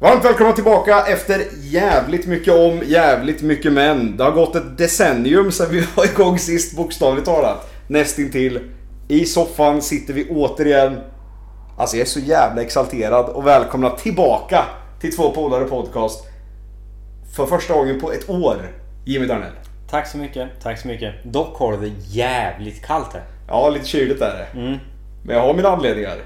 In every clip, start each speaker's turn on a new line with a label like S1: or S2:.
S1: Varmt välkomna tillbaka efter jävligt mycket om, jävligt mycket men. Det har gått ett decennium sedan vi var igång sist bokstavligt talat. Nästintill. I soffan sitter vi återigen. Alltså jag är så jävla exalterad och välkomna tillbaka till Två polare podcast. För första gången på ett år, Jimmy Darnell.
S2: Tack så mycket, tack så mycket. Dock har det jävligt kallt här.
S1: Ja, lite kyligt är det. Men jag har mina anledningar.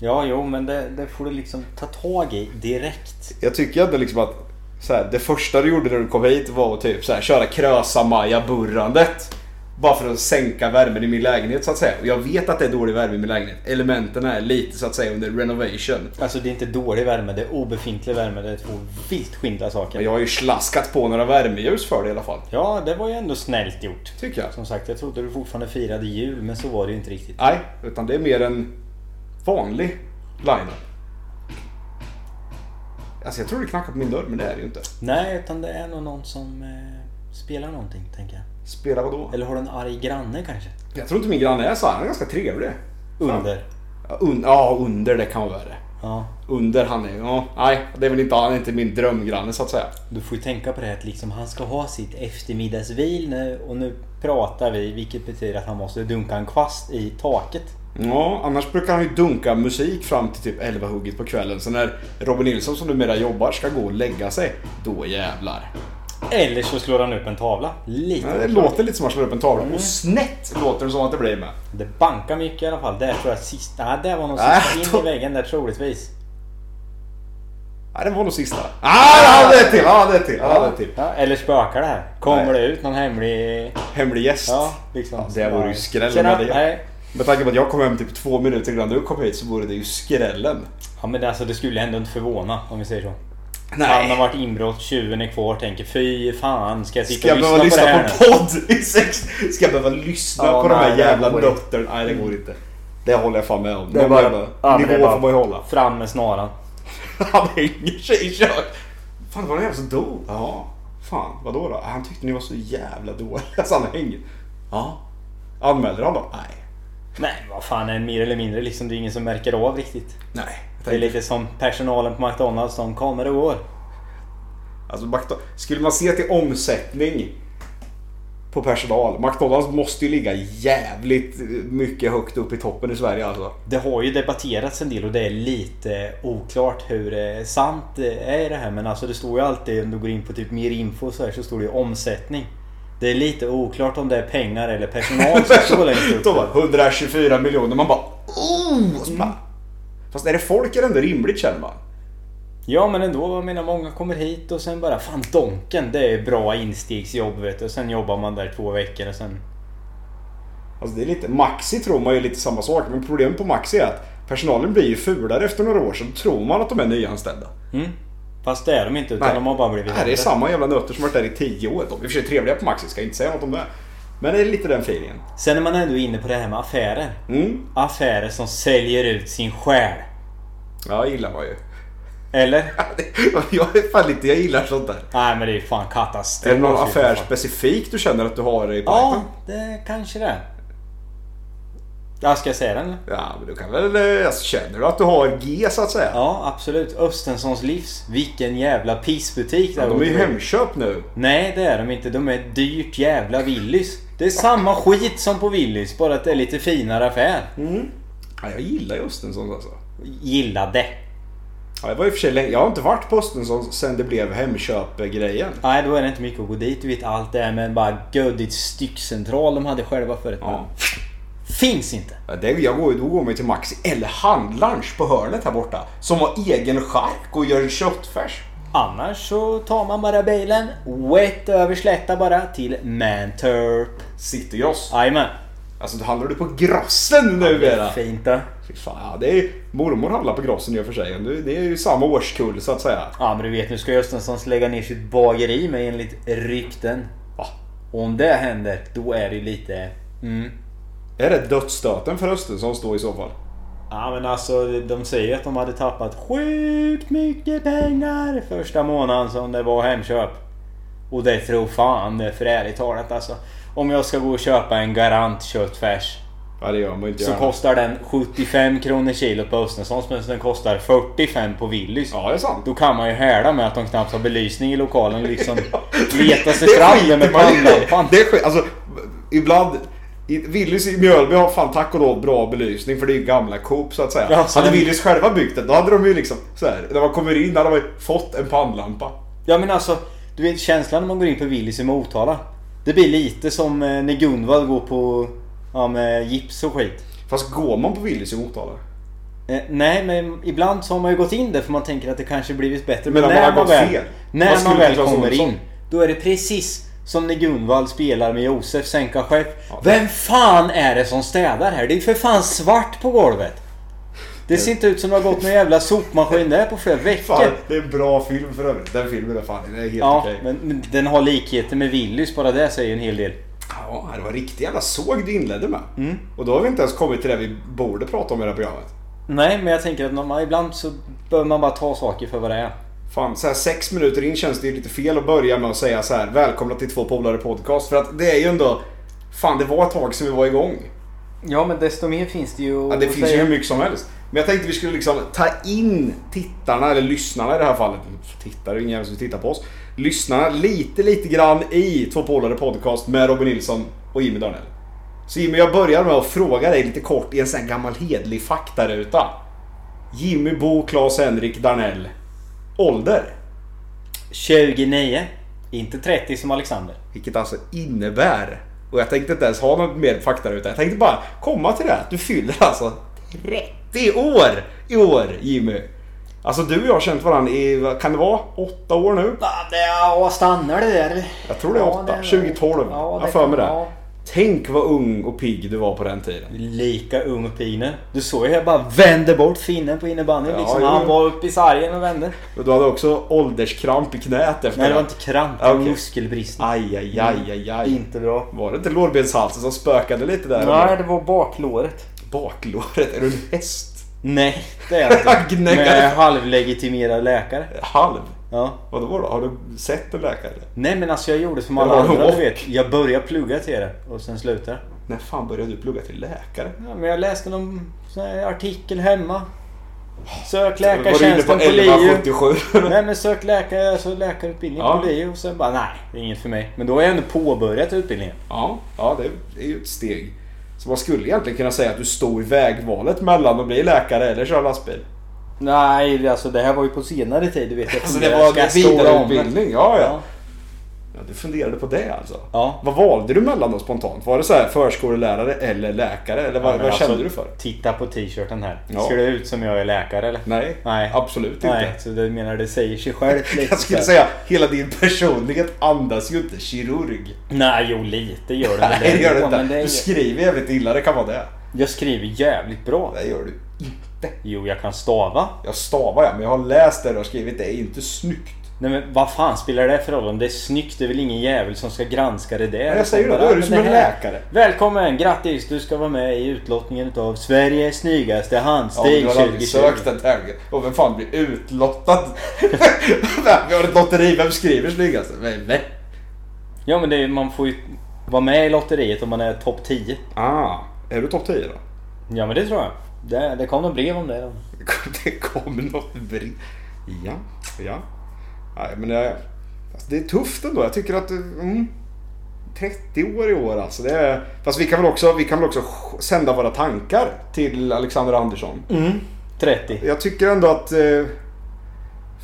S2: Ja, jo, men det, det får du liksom ta tag i direkt.
S1: Jag tycker ändå liksom att så här, det första du gjorde när du kom hit var att typ så här, köra Krösa-Maja-burrandet. Bara för att sänka värmen i min lägenhet så att säga. Och jag vet att det är dålig värme i min lägenhet. Elementen är lite så att säga under renovation.
S2: Alltså det är inte dålig värme, det är obefintlig värme. Det är två vitt skilda
S1: Men
S2: saker.
S1: jag har ju slaskat på några värmeljus för det i alla fall.
S2: Ja, det var ju ändå snällt gjort.
S1: Tycker jag.
S2: Som sagt, jag trodde du fortfarande firade jul, men så var det ju inte riktigt.
S1: Nej, utan det är mer en vanlig line Alltså jag tror det knackar på min dörr, men det är det ju inte.
S2: Nej, utan det är nog någon som eh, spelar någonting, tänker jag.
S1: Spela vadå?
S2: Eller har en arg granne kanske?
S1: Jag tror inte min granne är så här. Han är ganska trevlig.
S2: Under.
S1: Ja, un- ja under det kan vara värre.
S2: Ja.
S1: Under han är, ja, nej det är väl inte, han är inte min drömgranne så att säga.
S2: Du får ju tänka på det här att liksom, han ska ha sitt eftermiddagsvil nu och nu pratar vi vilket betyder att han måste dunka en kvast i taket.
S1: Ja, annars brukar han ju dunka musik fram till typ 11 hugget på kvällen. Så när Robin Nilsson som numera jobbar ska gå och lägga sig, då jävlar.
S2: Eller så slår han upp en tavla. Lite.
S1: Ja, Det låter lite som att slå upp en tavla. Och snett låter det som att det blir med.
S2: Det bankar mycket i alla fall. Där tror jag sist... Nej, det var nog
S1: Nej,
S2: sist
S1: då-
S2: in i väggen där troligtvis.
S1: Nej, den var nog sista. Ah, det är till! Ja, det är till! Ja, det är till.
S2: Ja, eller spökar det här? Kommer
S1: Nej.
S2: det ut någon hemlig...
S1: Hemlig gäst.
S2: Ja, liksom.
S1: Ja, det vore ju skräll om
S2: Tjena!
S1: det-
S2: Nej.
S1: Med tanke på att jag kom hem typ två minuter innan du kom hit så vore det ju skrällen.
S2: Ja men alltså det skulle ändå inte förvåna om vi säger så. Han har
S1: Nej.
S2: varit inbrott, tjuven är kvar, tänker fy fan ska jag sitta
S1: Ska jag
S2: och
S1: behöva
S2: lyssna,
S1: lyssna
S2: på det
S1: på,
S2: här nu?
S1: podd i sex? Ska jag behöva lyssna
S2: Ja,
S1: på de här
S2: nej, det
S1: jävla
S2: går inte.
S1: nötterna? Nej, det går inte. Det håller jag fan med om.
S2: Det är
S1: Någon
S2: bara-
S1: jävla
S2: ja, men det är
S1: nivå
S2: bara-
S1: får man ju hålla.
S2: Fram med snaran.
S1: Han hänger sig i kök. Fan, det var den jävla som dog. Ja. Fan, vadå då? Han tyckte ni var så jävla dåliga så han hänger. Ja. Anmälde han då? Nej.
S2: Nej, vad fan är mer eller mindre liksom. Det är ingen som märker av riktigt.
S1: Nej.
S2: Det är lite som personalen på McDonalds som kommer och går.
S1: Alltså, McDo- skulle man se till omsättning på personal. McDonalds måste ju ligga jävligt mycket högt upp i toppen i Sverige alltså.
S2: Det har ju debatterats en del och det är lite oklart hur eh, sant det är det här. Men alltså det står ju alltid om du går in på typ mer info så här så står det ju omsättning. Det är lite oklart om det är pengar eller personal som står längst upp.
S1: De bara 124 miljoner. Man bara oh! Och så bara, Fast är det folk är det ändå rimligt känner man.
S2: Ja men ändå, jag menar många kommer hit och sen bara Fan Donken, det är bra instegsjobb vet du. Och sen jobbar man där två veckor och sen...
S1: Alltså det är lite, Maxi tror man ju är lite samma sak. Men problemet på Maxi är att personalen blir ju fulare efter några år. Så då tror man att de är nyanställda.
S2: Mm. Fast det är de inte utan
S1: Nej.
S2: de har bara blivit
S1: Nej, det är
S2: äldre.
S1: samma jävla nötter som varit där i 10 år. De är i och för sig trevliga på Maxi, ska jag inte säga något om det. Men det är lite den feelingen.
S2: Sen är man ändå inne på det här med affärer.
S1: Mm.
S2: Affärer som säljer ut sin själ.
S1: Ja, gillar man ju.
S2: Eller?
S1: Jag är fan lite, jag gillar sånt där.
S2: Nej men det är fan
S1: Är
S2: katastrof.
S1: det någon affär specifik du känner att du har i
S2: Ja,
S1: pipen?
S2: det kanske det är. Ja, ska jag säga den eller?
S1: Ja, men du kan väl... eh, Alltså, känner du att du har G så att säga?
S2: Ja, absolut. Östenssons livs. Vilken jävla pissbutik det
S1: Ja, de är ju
S2: var.
S1: Hemköp nu.
S2: Nej, det är de inte. De är ett dyrt jävla Willys. Det är samma skit som på Willys, bara att det är lite finare affär.
S1: Ja, jag gillar ju Östenssons alltså.
S2: Gillade.
S1: Ja, jag, var i och för sig länge. jag har inte varit på Östenssons sen det blev Hemköp-grejen.
S2: Nej, då är det inte mycket att gå dit. Du vet allt det här med bara gödigt styckcentral de hade själva förut.
S1: Ja.
S2: Finns inte.
S1: Ja, Det, jag går, ju- då går man ju till Maxi eller Handlarns på hörnet här borta. Som har egen chark och gör en köttfärs.
S2: Annars så tar man bara bilen, wet över slätta bara, till Mantorp.
S1: Citygross.
S2: Jajamän.
S1: Alltså, då handlar du på Grossen nu Vera.
S2: Fint då.
S1: Fy fan, ja, det är, mormor handlar på Grossen i och för sig. Det är- Det är ju samma årskull så att säga.
S2: Ja men du vet, nu ska Östenssons lägga ner sitt bageri med enligt rykten.
S1: Va?
S2: Och om det händer, då är det ju lite... Mm.
S1: Är det dödsstöten för Östensons då i så fall?
S2: Ja men alltså, de säger att de hade tappat sjukt mycket pengar första månaden som det var Hemköp. Och det tror fan det, för ärligt talat alltså. Om jag ska gå och köpa en Garant köttfärs
S1: Ja det gör man ju inte
S2: Så
S1: gärna.
S2: kostar den 75 kronor kilot på Östensons medan den kostar 45 på Willys.
S1: Ja det är sant.
S2: Då kan man ju häla med att de knappt har belysning i lokalen och liksom leta sig
S1: Det
S2: fram
S1: skiter
S2: med
S1: man i.
S2: pannlampan.
S1: Det skiter alltså, ibland... i- Willys i Mjölby har fan tack och lov bra belysning för det är ju gamla Coop så att säga.
S2: Ja, så-
S1: hade Willys själva byggt det då hade de ju liksom så här, när man kommer in hade de ju fått en pannlampa.
S2: Ja men alltså, du vet känslan när man går in på Willys i Motala. Det blir lite som eh, när Gunvald går på ja, med gips och skit.
S1: Fast går man på Willys i Motala?
S2: Eh, nej men ibland så har man ju gått in där för man tänker att det kanske blivit bättre.
S1: Men om man har gått
S2: väl,
S1: fel? Vad
S2: När
S1: skulle
S2: man väl
S1: Niklas
S2: kommer
S1: Olsson?
S2: in, då är det precis som när Gunvald spelar med Josef Sänka Skepp.
S1: Ja, det-
S2: Vem fan är det som städar här? Det är för fan svart på golvet. Det ser inte ut som det har gått någon jävla sopmaskin där på flera veckor.
S1: Fan, det är en bra film för övrigt. Den filmen är fan, den är helt
S2: Ja,
S1: okej.
S2: men men den har likheter med Willys, bara det säger en hel del.
S1: Ja, det var riktigt jävla såg du inledde med.
S2: Mm.
S1: Och då har vi inte ens kommit till det vi borde prata om i det här programmet.
S2: Nej, men jag tänker att när man, ibland så behöver man bara ta saker för vad det är.
S1: Fan, så här sex minuter in känns det ju lite fel att börja med att säga så här Välkomna till två polare podcast. För att det är ju ändå... Fan, det var ett tag sedan vi var igång.
S2: Ja, men desto mer finns det
S1: Ja,
S2: ju
S1: det
S2: att
S1: finns ju
S2: säga.
S1: hur mycket som helst. Men jag tänkte vi skulle liksom ta in tittarna, eller lyssnarna i det här fallet. Tittare, det är ingen jävel som tittar på oss. Lyssnarna lite, lite grann i Två polare podcast med Robin Nilsson och Jimmy Darnell. Så Jimmy, jag börjar med att fråga dig lite kort i en sån här gammal hedlig faktaruta. Jimmy Bo, Claes Henrik Darnell. Ålder?
S2: 29, inte 30 som Alexander.
S1: Vilket alltså innebär... Och jag tänkte inte ens ha något mer faktaruta. Jag tänkte bara komma till det. här. Du fyller alltså 30 år i år, Jimmy. Alltså du och jag har känt varandra i, vad kan det vara, åtta år nu?
S2: Ja, det är, ja, stannar det där?
S1: Jag tror det är åtta. 2012. jag har för mig det. Tänk vad ung och pigg du var på den tiden.
S2: Lika ung och pig nu. Du såg ju hur jag bara vände bort finnen på innebandyn
S1: Ja,
S2: liksom.
S1: jo.
S2: Han var uppe i sargen och vände.
S1: Och du hade också ålderskramp i knät efter
S2: Nej, det var inte kramp. Det
S1: Ja,
S2: var
S1: okej.
S2: muskelbristning.
S1: Aj, aj, aj, aj, aj.
S2: Inte bra.
S1: Var det inte lårbenshalsen som spökade lite där?
S2: Nej, det var baklåret.
S1: Baklåret? Är du en häst?
S2: Nej, det är jag inte.
S1: Gnäggar.
S2: Med halvlegitimerad läkare.
S1: Halv?
S2: Ja.
S1: Vadå då? Har du sett en läkare?
S2: Nej men alltså jag gjorde som alla
S1: Det var
S2: andra
S1: rock.
S2: du vet. Jag började plugga till det och sen slutade
S1: När fan började du plugga till läkare?
S2: ja, Men jag läste någon sån här artikel hemma. Sök
S1: Var du inne på
S2: läkartjänsten på, LiU.
S1: 1177?
S2: Nej men sök läkare, alltså läkarutbildning
S1: Ja.
S2: på LiU. Och sen bara nej, det är inget för mig. Men då har jag ändå påbörjat utbildningen.
S1: ja, ja det, det är ju ett steg. Så man skulle egentligen kunna säga att du står i vägvalet mellan att bli läkare eller köra lastbil.
S2: Nej, alltså det här var ju på senare tid du vet. Jag
S1: Alltså det
S2: funderar,
S1: var
S2: ska
S1: en
S2: jag stå om det?
S1: vidareutbildning. Ja, ja.
S2: Ja.
S1: ja, du funderade på det alltså.
S2: Ja.
S1: Vad valde du mellan då spontant? Var det så här förskolelärare eller läkare? Eller vad,
S2: Ja, men
S1: vad kände
S2: alltså,
S1: du för?
S2: Titta på t-shirten här.
S1: Ja.
S2: Ser det ut som jag är läkare eller?
S1: Nej,
S2: Nej.
S1: absolut
S2: Nej,
S1: inte.
S2: så det menar det säger sig självt lite.
S1: Jag skulle
S2: så här.
S1: säga hela din personlighet andas ju inte kirurg.
S2: Nej, jo lite gör det
S1: Nej, det gör det
S2: Ja, men
S1: inte. Du skriver jävligt illa, det kan vara det.
S2: Jag skriver jävligt bra.
S1: Det gör du
S2: Jo, jag kan stava.
S1: Jag stavar ja, men jag har läst det och skrivit det. är inte snyggt.
S2: Nej men vad fan spelar det för roll om det är snyggt? Det är väl ingen jävel som ska granska det där.
S1: Men jag säger ju det,
S2: Bara,
S1: då är du
S2: men
S1: som
S2: det
S1: en
S2: här-
S1: läkare.
S2: Välkommen! Grattis! Du ska vara med i utlottningen utav Sveriges snyggaste
S1: Ja, men
S2: handstil
S1: du har aldrig
S2: 2020.
S1: sökt den tävlingen. Och vem fan blir utlottad? Vem- Vi har ett lotteri, vem skriver snyggast? Vem? vem?
S2: Ja men det, är- man får ju vara med i lotteriet om man är topp 10.
S1: Ah, är du topp 10 då?
S2: Ja men det tror jag. Det, det kom något brev om det. Då.
S1: Det kommer något brev. Ja, ja. Nej, men jag, alltså, det är tufft ändå. Jag tycker att... Mm, 30 år i år alltså. Det är, fast vi kan, väl också, vi kan väl också sända våra tankar till Alexander Andersson.
S2: 30.
S1: Jag tycker ändå att... Eh,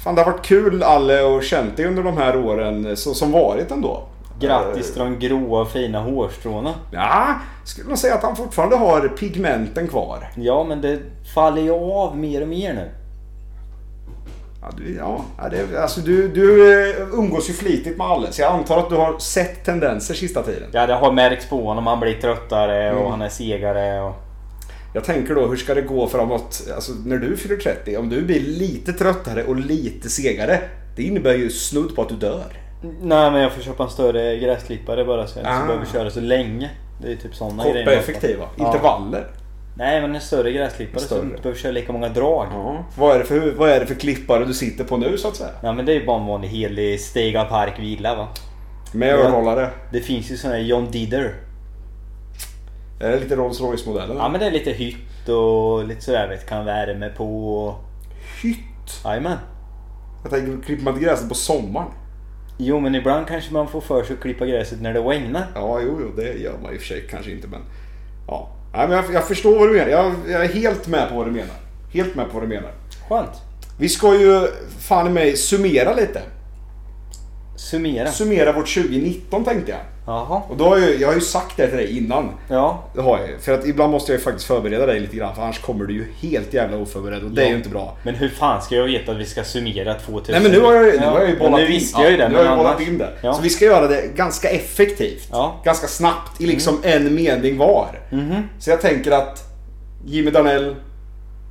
S1: fan, det har varit kul Alle och känt dig under de här åren eh, så, som varit ändå.
S2: Grattis
S1: Eh,
S2: till de gråa fina hårstråna.
S1: Ja, skulle man säga att han fortfarande har pigmenten kvar.
S2: Ja men det faller ju av mer och mer nu.
S1: Ja, du, ja, ja, det, alltså du, du eh, umgås ju flitigt med Alle så jag antar att du har sett tendenser sista tiden.
S2: Ja, det har märkts på honom. Han blir tröttare
S1: Mm.
S2: och han är segare. Och...
S1: Jag tänker då, hur ska det gå framåt alltså, när du fyller 30? Om du blir lite tröttare och lite segare, det innebär ju snudd på att du dör.
S2: Nej, men jag får köpa en större gräsklippare bara så jag inte
S1: Ah.
S2: ah. behöver köra så länge. Det är typ sådana
S1: Korta
S2: grejer.
S1: effektiva
S2: Ja.
S1: intervaller.
S2: Nej, men en större gräsklippare så
S1: Större.
S2: du inte behöver köra lika många drag.
S1: Ja. Vad, är det för, vad är det för klippare du sitter på nu så att säga?
S2: Nej, men det är ju bara en vanlig helig Stega Park villa va.
S1: Med
S2: Ja.
S1: örhållare?
S2: Det finns ju såna här John Didder.
S1: Är det lite Rolls Royce-modellen?
S2: Ja men det är lite hytt och lite sådär vet kan värme på och...
S1: Hytt!
S2: Jajamän.
S1: Jag tänker, klipper man inte gräset på sommaren?
S2: Jo men ibland kanske man får för sig att klippa gräset när det regnar.
S1: Ja, jo, jo, det gör man i och för sig kanske inte, men... Ja. Nej, men jag, jag förstår vad du menar. Jag, jag är helt med på vad du menar. Helt med på vad du menar.
S2: Skönt.
S1: Vi ska ju fan i mig summera lite.
S2: Summera.
S1: Summera vårt 2019 tänkte jag.
S2: Jaha.
S1: Och då har jag, ju- jag har ju sagt det till dig innan.
S2: Ja.
S1: Det har jag ju. För att ibland måste jag ju faktiskt förbereda dig lite grann för annars kommer du ju helt jävla oförberedd och det är ju inte bra.
S2: Men hur fan ska jag veta att vi ska summera 2000?
S1: Nej men nu har jag, nu
S2: Ja,
S1: har jag ju
S2: men
S1: bollat
S2: Nu visste jag ju
S1: in,
S2: det.
S1: nu har jag
S2: men
S1: ju bollat
S2: annars-
S1: in det.
S2: Ja.
S1: Så vi ska göra det ganska effektivt.
S2: Ja. Mm.
S1: Ganska snabbt i liksom en mening var.
S2: Mhm.
S1: Så jag tänker att Jimmy Danell,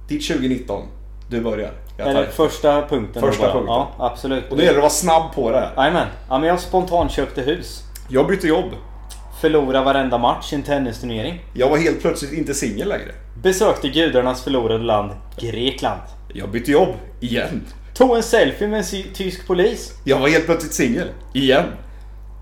S1: ditt 2019, du börjar. Jag tar
S2: Eller
S1: det.
S2: första punkten. då
S1: Första
S2: bara.
S1: punkten.
S2: Ja, absolut.
S1: Och då gäller det att vara snabb på det här.
S2: Jajamän. Ja men jag spontant köpte hus.
S1: Jag bytte jobb.
S2: Förlorade varenda match i en tennisturnering.
S1: Jag var helt plötsligt inte singel längre.
S2: Besökte gudarnas förlorade land, Grekland.
S1: Jag bytte jobb. Igen.
S2: Tog en selfie med en sy- tysk polis.
S1: Jag var helt plötsligt singel. Igen.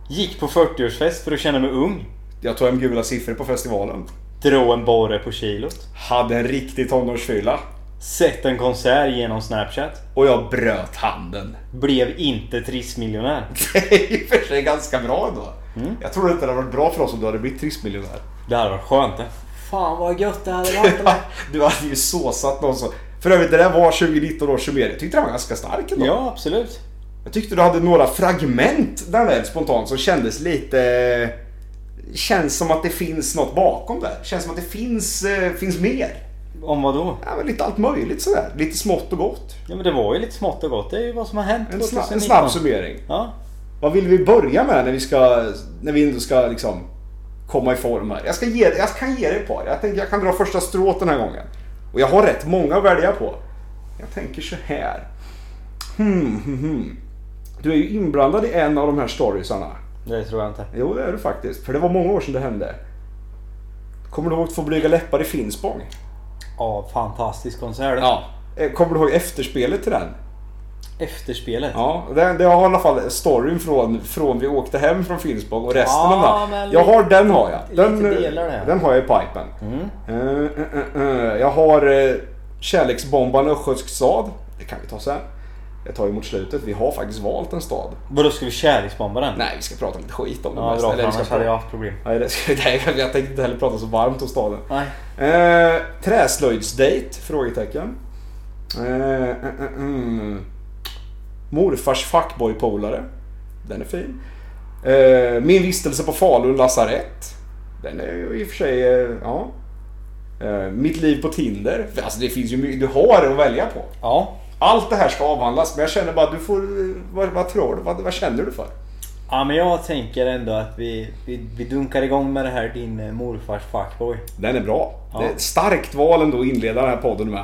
S2: Gick på 40-årsfest för att känna mig ung.
S1: Jag tog hem gula siffror på festivalen.
S2: Drog en borre på kilot.
S1: Hade en riktig tonårsfylla.
S2: Sett en konsert genom Snapchat.
S1: Och jag bröt handen.
S2: Blev inte trissmiljonär.
S1: Det är i och för sig ganska bra ändå.
S2: Mm.
S1: Jag tror inte det hade varit bra för oss om du hade blivit trissmiljonär.
S2: Det hade varit skönt eh. det. Fan vad gött det hade
S1: Du hade ju såsat någon som... För övrigt, det där var 2019 års summering. Jag tyckte den var ganska stark ändå.
S2: ja, absolut.
S1: Jag tyckte du hade några fragment där nere spontant som kändes lite... Känns som att det finns något bakom där. Känns som att det finns, eh, finns mer.
S2: Om vad då?
S1: Ja, men lite allt möjligt sådär. Lite smått och gott.
S2: Ja men det var ju lite smått och gott. Det är ju vad som har hänt
S1: En, sna-
S2: 2019.
S1: en snabb summering.
S2: Ja.
S1: Vad vill vi börja med när vi ska, när vi ändå ska liksom komma i form här? Jag, ska ge, jag kan ge dig ett par. Jag tänker jag kan dra första strået den här gången. Och jag har rätt många att välja på. Jag tänker så här. Hmm, hmm, hmm. Du är ju inblandad i en av de här storiesarna.
S2: Det tror jag inte.
S1: Jo, det är du faktiskt. För det var många år sedan det hände. Kommer du ihåg Två blyga läppar i Finspång?
S2: Ja, fantastisk konsert.
S1: Eh, Kommer du ihåg efterspelet till den?
S2: Efterspelet.
S1: Ja, det, det har i alla fall storyn från, från vi åkte hem från Finspång och resten
S2: Ja,
S1: av den.
S2: men
S1: Jag har den har jag.
S2: lite
S1: Den, eh,
S2: delar där.
S1: den har jag i pipen.
S2: Mm.
S1: Eh, eh, eh, eh. Jag har eh, Kärleksbombaren Östgötsk stad. Det kan vi ta sen. Jag tar ju mot slutet. Vi har faktiskt valt en stad.
S2: Vadå, ska vi kärleksbomba den?
S1: Nej, vi ska prata lite skit om den
S2: Ja,
S1: mest.
S2: bra.
S1: Eller liksom vi
S2: Annars
S1: ska
S2: hade
S1: prata-
S2: jag haft problem.
S1: Nej, det ska, nej, jag tänkte inte heller prata så varmt om staden.
S2: Nej.
S1: Eh, träslöjdsdejt? Frågetecken. Eh, eh, eh, mm. Morfars fuckboy-polare. Den är fin. Eh, min vistelse på Falun lasarett. Den är ju i och för sig, eh, ja. Eh, mitt liv på Tinder. Alltså det finns ju mycket du har att välja på.
S2: Ja.
S1: Allt det här ska avhandlas men jag känner bara, du får, eh, vad, vad tror du? Vad, vad känner du för?
S2: Ja men jag tänker ändå att vi, vi, vi dunkar igång med det här din eh, morfars fuckboy.
S1: Den är bra.
S2: Ja.
S1: Det är ett starkt val ändå att inleda den här podden med.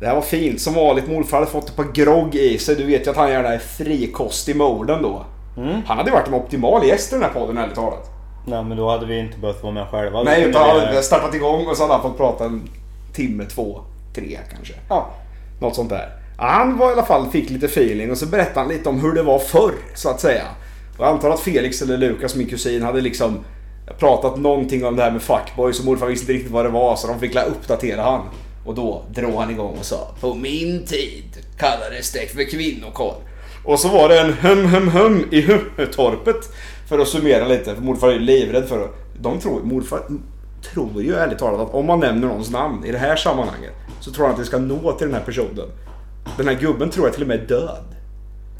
S1: Det här var fint. Som vanligt, morfar hade fått ett par grogg i sig. Du vet ju att han gärna är frikostig med orden då.
S2: Mm.
S1: Han hade varit en optimal gäst i den här podden ärligt talat.
S2: Nej men då hade vi inte behövt vara med själva. Då
S1: Nej,
S2: kunde
S1: utan han
S2: vi-
S1: hade eh, startat igång och så hade han fått prata en timme, två, tre kanske.
S2: Ja.
S1: Något sånt där. Han var i alla fall, fick lite feeling och så berättade han lite om hur det var förr, så att säga. Och jag antar att Felix eller Lukas, min kusin, hade liksom pratat någonting om det här med fuckboys och morfar visste inte riktigt vad det var så de fick la uppdatera han. Och då drog han igång och sa På min tid kallades det för kvinnokorv. Och så var det en hum hum hum i hummetorpet. För att summera lite, för morfar är ju livrädd för att... De tror, morfar tror ju ärligt talat att om man nämner någons namn i det här sammanhanget så tror han att det ska nå till den här personen. Den här gubben tror jag till och med är död.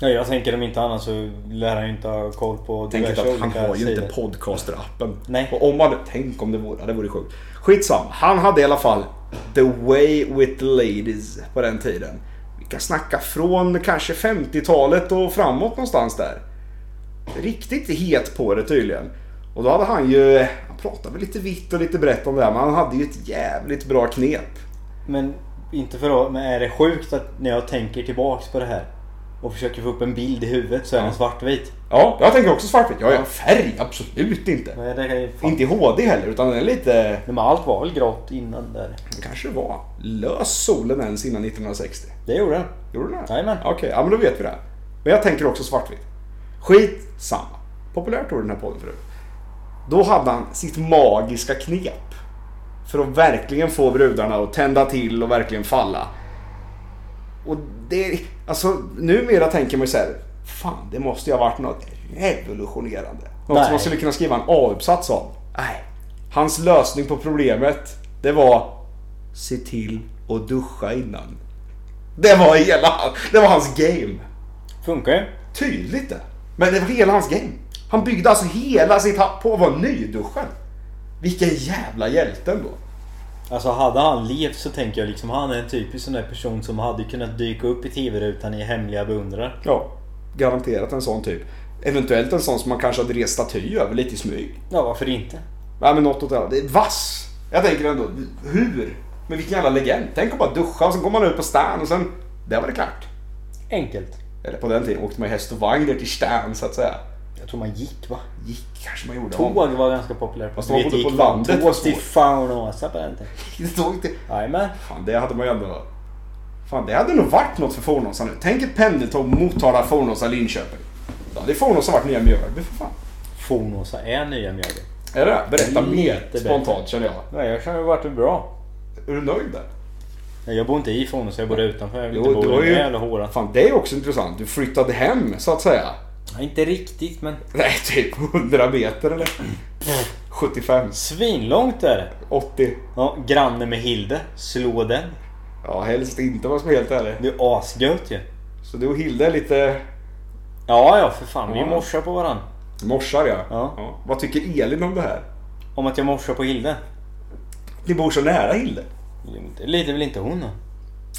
S2: ja. Jag tänker om inte annat så lär han ju inte ha koll på
S1: Tänk inte
S2: diverse
S1: att han
S2: olika
S1: har ju
S2: sidor.
S1: inte podcaster-appen.
S2: Nej.
S1: Och om man, tänk om det vore, ja, det vore sjukt. Skitsam, han hade i alla fall The Way With Ladies på den tiden. Vi kan snacka från kanske 50-talet och framåt någonstans där. Riktigt het på det tydligen. Och då hade han ju, han pratade väl lite vitt och lite brett om det här, men han hade ju ett jävligt bra knep.
S2: Men inte för att, men är det sjukt att när jag tänker tillbaks på det här och försöker få upp en bild i huvudet så är den svartvit?
S1: Ja, jag tänker också svartvitt. Jag är färg, absolut inte.
S2: Nej, det är ju fan...
S1: Inte i HD heller, utan den är lite...
S2: Nej, men allt var väl grått innan där?
S1: Det kanske var. Lös solen ens innan 1960?
S2: Det gjorde den.
S1: Gjorde den det?
S2: Jajamän.
S1: Okej, ja men då vet vi det. Men jag tänker också svartvitt. Skit samma. Populärt ord i den här podden förut. Då hade han sitt magiska knep. För att verkligen få brudarna att tända till och verkligen falla. Och det, alltså numera tänker man ju så här. Fan, det måste ju ha varit något revolutionerande. Något
S2: Nej.
S1: som man skulle kunna skriva en A-uppsats om. Nej. Hans lösning på problemet, det var se till att duscha innan. Det var hela, det var hans game.
S2: Funkar ju.
S1: Tydligt det. Men det var hela hans game. Han byggde alltså hela sitt happ på att vara nyduschad. Vilken jävla hjälte ändå.
S2: Alltså hade han levt så tänker jag liksom han är en typisk sån där person som hade kunnat dyka upp i TV-rutan i hemliga beundrare.
S1: Ja, garanterat en sån typ. Eventuellt en sån som man kanske hade rest staty över lite i smyg.
S2: Ja, varför inte?
S1: Nej men något åt det här. Det är vass. Jag tänker ändå, hur? Men vilken jävla legend. Tänk att bara duscha och sen går man ut på stan och sen, där var det klart.
S2: Enkelt.
S1: Eller på den tiden åkte man ju häst och vagn ner till stan så att säga.
S2: Jag tror man gick va?
S1: Gick kanske man gjorde.
S2: Tåg var ganska populärt.
S1: Fast de var
S2: Du vet,
S1: både
S2: gick
S1: på
S2: man
S1: landet
S2: Tåg
S1: och
S2: till
S1: så.
S2: Farnåsa på den tiden.
S1: Det tog till...
S2: Jajamän.
S1: Fan, det hade man ju ändå... Fan, det hade nog varit något för Fornåsa nu. Tänk ett pendeltåg Motala, Fornåsa, Linköping. Då hade Fornåsa varit nya Mjölby för fan.
S2: Fornåsa är nya Mjölby.
S1: Är det det? Berätta
S2: Lite
S1: mer
S2: bättre.
S1: spontant känner jag.
S2: Nej, jag känner vart det bra.
S1: Är du nöjd där?
S2: Nej, jag bor inte i Fornåsa, jag bor utanför. Jag vill
S1: Jo,
S2: inte
S1: det
S2: bo
S1: var
S2: i
S1: ju-
S2: den jävla håran.
S1: Fan, det är också intressant. Du flyttade hem så att säga.
S2: Ja, Inte riktigt men...
S1: Nej, typ 100 meter eller? 75,
S2: Svinlångt är det.
S1: 80.
S2: Ja, granne med Hilde. Slå den.
S1: Ja, helst inte vad som är helt ärlig.
S2: Det är asgött ju.
S1: Så du och Hilde är lite
S2: Ja, ja för fan. Vi
S1: Ja.
S2: morsar på varandra.
S1: morsar ja.
S2: Ja.
S1: Vad tycker Elin om det här?
S2: Om att jag morsar på Hilde.
S1: Ni bor så nära Hilde.
S2: Det lider väl inte hon då?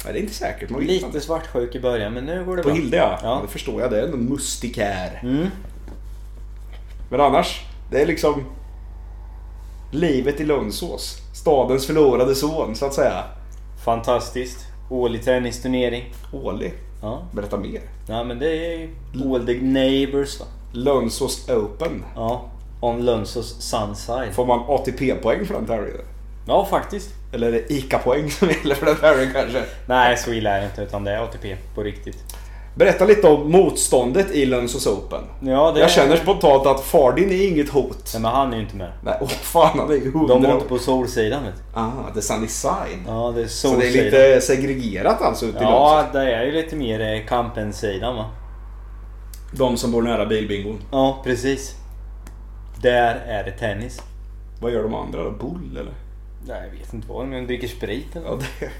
S1: Nej, det är inte säkert. Man vet inte.
S2: Lite svartsjuk i början men nu går det
S1: På
S2: bra.
S1: Hilde ja.
S2: Ja.
S1: ja. Det förstår jag. Det är ändå en mustikär.
S2: Mm.
S1: Men annars, det är liksom livet i Lönsås. Stadens förlorade son så att säga.
S2: Fantastiskt. Årlig tennisturnering.
S1: Åli.
S2: Ja.
S1: Berätta mer.
S2: ja, men det är ju All the neighbors va?
S1: Lönsås Open.
S2: Ja. On Lönsos Sunside.
S1: Får man ATP-poäng för den tävlingen?
S2: Ja, faktiskt.
S1: Eller är det ICA-poäng som gäller för den tävlingen kanske?
S2: Nej, så illa är det inte utan det är ATP på riktigt.
S1: Berätta lite om motståndet i Lönsås Open.
S2: Ja, det
S1: Jag känner spontant att Fardin är inget hot.
S2: Nej, men han är ju inte med.
S1: Nej, åh fan han är ju hundra.
S2: De var inte på Solsidan vet du.
S1: Ah, the sunny side.
S2: Ja, det är
S1: Så det
S2: Solsidan.
S1: är lite segregerat alltså ute i Lönsås?
S2: Ja, det är ju lite mer eh, Kampen-sidan va?
S1: De som bor nära bilbingon.
S2: Ja, precis. Där är det tennis.
S1: Vad gör de andra då? Bull eller?
S2: Nej, jag vet inte vad men de dricker sprit eller?
S1: Ja, det,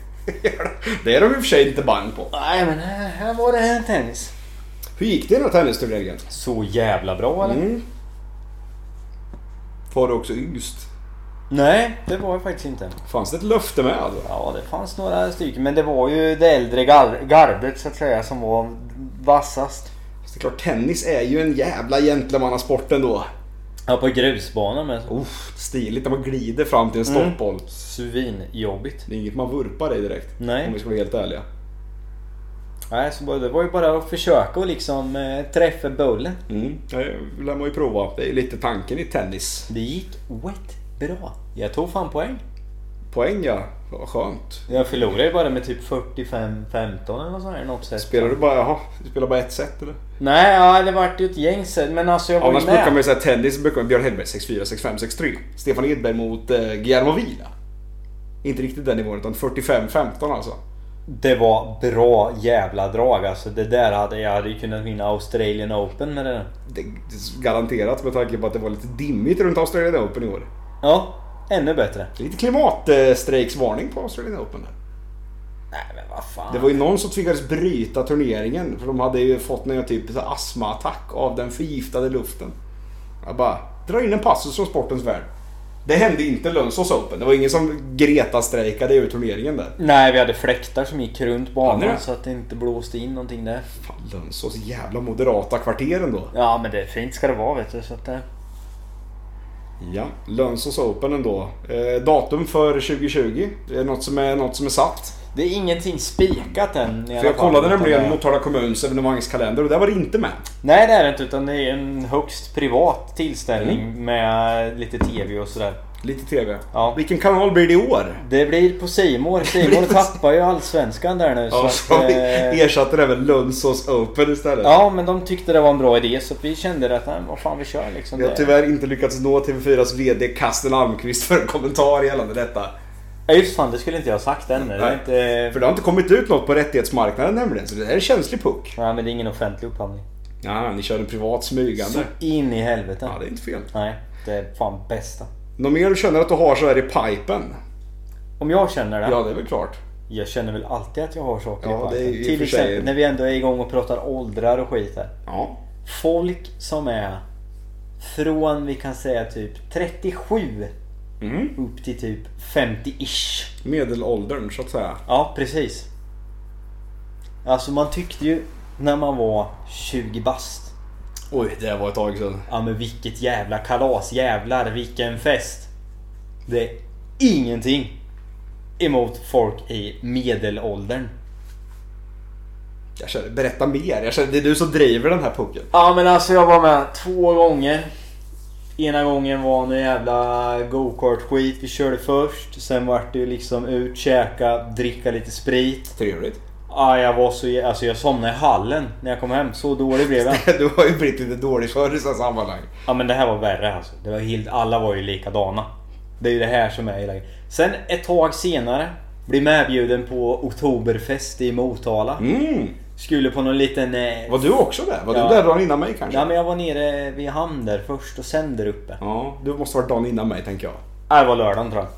S1: det är de i och för sig inte bang på.
S2: Nej, men här, här var det här tennis.
S1: Hur gick det i den här tennisturneringen?
S2: Så jävla bra eller?
S1: Mm. Var du också yngst?
S2: Nej, det var jag faktiskt inte.
S1: Fanns det ett löfte med? Alltså?
S2: Ja, det fanns några stycken men det var ju det äldre gar- gardet så att säga som var vassast.
S1: Fast det är klart, tennis är ju en jävla gentlemannasport ändå.
S2: Ja, på grusbanan med. så.
S1: Uff, stiligt när man glider fram till en
S2: Mm.
S1: stoppboll.
S2: Svinjobbigt.
S1: Det är inget man vurpar i direkt.
S2: Nej.
S1: Om vi ska vara helt ärliga.
S2: Nej, så bara- det var ju bara att försöka och liksom eh, träffa bollen.
S1: Mm. Det lär man ju prova. Det är ju lite tanken i tennis.
S2: Det gick wet bra. Jag tog fan poäng.
S1: Poäng ja, vad skönt.
S2: Jag förlorade ju bara med typ 45-15 eller något sånt här, något sätt.
S1: Spelar du bara, jaha, du spelar bara ett set eller?
S2: Nej, ja, det vart ju ett gäng set men alltså jag var
S1: Annars
S2: ju med.
S1: brukar man ju säga tennis, brukar man Björn Hellberg 6-4, 6-5, 6-3. Stefan Edberg mot eh, Guillermo Vila. Inte riktigt den nivån utan 45-15 alltså.
S2: Det var bra jävla drag alltså. Det där hade jag hade ju kunnat vinna Australian Open med det där.
S1: Det är garanterat med tanke på att det var lite dimmigt runt Australian Open i år.
S2: Ja, ännu bättre.
S1: Det är Lite klimatstrejksvarning på Australian Open. Här.
S2: Nej men vad fan.
S1: Det var ju någon som tvingades bryta turneringen för de hade ju fått någon typ av astmaattack av den förgiftade luften. Jag bara, dra in en passus från sportens värld. Det hände inte i Lönsås Open. Det var ingen som Greta-strejkade ur turneringen där.
S2: Nej, vi hade fläktar som gick runt banan
S1: Hade ni?
S2: så att det inte blåste in någonting där.
S1: Fan, Lönsås jävla moderata kvarter ändå.
S2: Ja men det är fint ska det vara vet du. Så att, eh,
S1: Ja, Lönsås Open ändå. Eh, datum för 2020. Det är något som är, något som är satt.
S2: det är ingenting spikat än i alla
S1: För jag
S2: fall,
S1: kollade
S2: utan
S1: nämligen
S2: det-
S1: Motala kommuns evenemangskalender och där var det inte med.
S2: Nej
S1: Mm.
S2: det är det inte utan det är en högst privat tillställning med lite tv och sådär.
S1: Lite TV.
S2: Ja.
S1: Vilken kanal blir det i år?
S2: Det blir på Simor. Simor tappar ju allsvenskan där nu.
S1: Ja,
S2: så
S1: så
S2: att,
S1: vi
S2: eh,
S1: ersatte det med Lönsås Open istället.
S2: ja, men de tyckte det var en bra idé så att vi kände att nej, vad fan vi kör liksom.
S1: Vi har
S2: Det-
S1: tyvärr inte lyckats nå TV4s VD Carsten Almqvist för en kommentar gällande detta.
S2: Ja, just fan, det skulle inte jag ha sagt än. Det är
S1: Nej.
S2: inte...
S1: För det har inte kommit ut något på rättighetsmarknaden nämligen, så det här är en känslig puck.
S2: Nej, men det är ingen offentlig upphandling.
S1: Ja, ni kör en privat
S2: Så
S1: smygande.
S2: in i helvete.
S1: Ja, det är inte fel.
S2: Nej, det är fan bästa.
S1: Något mer du känner att du har så här i pipen?
S2: Om jag känner det.
S1: Ja, det är väl klart.
S2: Jag känner väl alltid att jag har saker
S1: Ja,
S2: i
S1: det är ju i och
S2: Till
S1: för sig-
S2: exempel när vi ändå är igång och pratar åldrar och skit här.
S1: Ja.
S2: Folk som är från, vi kan säga typ 37
S1: Mm.
S2: upp till typ 50-ish.
S1: Medelåldern, så att säga.
S2: Ja, precis. Alltså man tyckte ju när man var 20 bast.
S1: Oj, det var ett tag sedan.
S2: Ja men vilket jävla kalas, jävlar vilken fest. Det är ingenting emot folk i medelåldern.
S1: Jag känner, berätta mer. Jag känner, det är du som driver den här pucken.
S2: Ja men alltså jag var med två gånger. Ena gången var en jävla go-kart-skit. Vi körde först, sen vart det ju liksom ut, käka, dricka lite sprit.
S1: Trevligt.
S2: Ja, jag var så... jä- Alltså jag somnade i hallen när jag kom hem. Så dålig blev jag.
S1: Du har ju blivit lite dålig för i sådana sammanhang.
S2: Ja men det här var värre alltså. Det var helt, alla var ju likadana. Det är ju det här som är hela grejen. Sen ett tag senare blir medbjuden på Oktoberfest i Motala.
S1: Mm.
S2: Skulle på någon liten... Eh,
S1: Var du också där? Var
S2: Ja.
S1: du där dagen innan mig kanske?
S2: ja men jag var nere vid hamn där först och sen där uppe.
S1: Ja, du måste ha varit dagen innan mig tänker jag.
S2: Ja. Det var lördagen tror jag.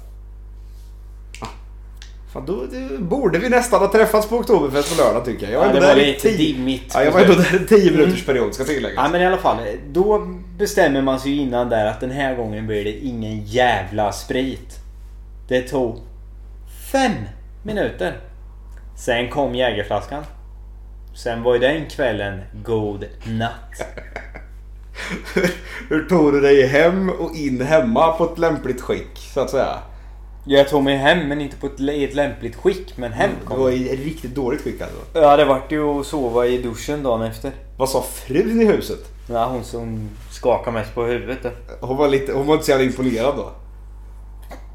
S1: Fan, då det, borde vi nästan ha träffats på Oktoberfest på lördag tycker jag. jag
S2: Ja,
S1: ändå
S2: det var
S1: där i
S2: lite
S1: tio-
S2: dimmigt. Mm.
S1: Ja, jag var ändå där i 10 minuters period ska tilläggas.
S2: Ja men i alla fall. Då bestämmer man sig ju innan där att den här gången blir det ingen jävla sprit. Det tog fem minuter. Sen kom jägerflaskan. Sen var ju den kvällen god natt.
S1: Hur tog du dig hem och in hemma på ett lämpligt skick så att säga?
S2: Jag tog mig hem men inte på ett, i ett lämpligt skick. Men hem
S1: Du
S2: kom
S1: var
S2: jag.
S1: i riktigt dåligt skick alltså.
S2: Ja det vart ju att sova i duschen dagen efter.
S1: Vad sa frun i huset?
S2: Ja, hon som skakade mest på huvudet. då.
S1: Hon var, lite, hon var inte så jävla imponerad då.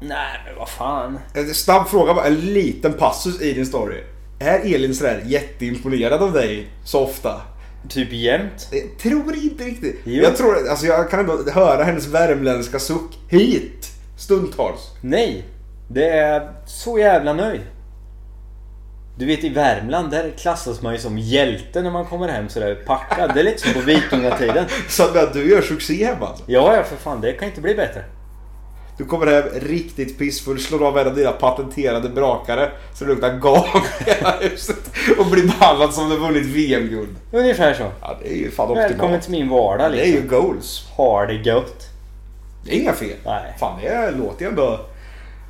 S2: Nej men vad fan.
S1: En snabb fråga bara, en liten passus i din story. Är Elin sådär jätteimponerad av dig så ofta?
S2: Typ jämt.
S1: Jag tror inte riktigt.
S2: Jo.
S1: Jag tror, alltså jag kan ändå höra hennes värmländska suck hit. Stundtals.
S2: Nej, det är så jävla nöjd. Du vet i Värmland där klassas man ju som hjälte när man kommer hem sådär packad. Det är lite som på vikingatiden.
S1: Så att men, du gör succé hemma alltså.
S2: Ja, ja för fan det kan inte bli bättre.
S1: Du kommer hem riktigt pissfull, slår av en av dina patenterade brakare så det luktar gam i hela huset och blir behandlad som om du vunnit VM-guld.
S2: Ungefär så.
S1: Ja, det är ju fan
S2: Välkommen
S1: optimalt.
S2: till min vardag
S1: Det är
S2: liksom.
S1: ju goals.
S2: Har det gött.
S1: Det är inga fel.
S2: Nej.
S1: Fan, det är, låter ju ändå,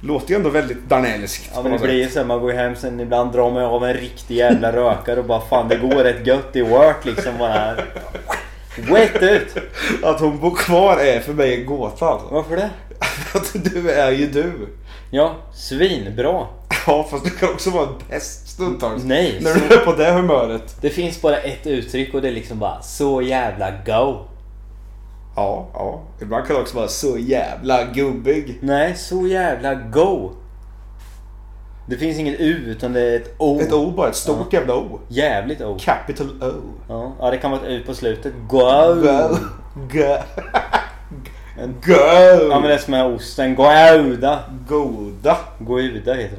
S1: låter ju ändå väldigt darnellskt
S2: Ja
S1: på
S2: men det
S1: något
S2: blir ju
S1: sätt.
S2: så här, man går ju hem sen ibland drar man av en riktig jävla rökare och bara fan det går rätt gött i work liksom bara. Wet ut!
S1: Att hon bor kvar är för mig en gåta alltså.
S2: Varför det?
S1: Att du är ju du.
S2: Ja, svinbra.
S1: Ja, fast du kan också vara en pest stundtals.
S2: Nej,
S1: När
S2: så-
S1: du är på det humöret.
S2: Det finns bara ett uttryck och det är liksom bara så jävla go.
S1: Ja, ja. Ibland kan det också vara så jävla gubbig.
S2: Nej, så jävla go. Det finns inget U utan det är ett O.
S1: Ett O bara, ett stort jävla O.
S2: Jävligt O.
S1: Capital O.
S2: Ja, ja, det kan vara ett U på slutet. Go.
S1: Go. Go.
S2: En-
S1: Go.
S2: Ja men det är som är osten. Gouda.
S1: Goda.
S2: Gouda heter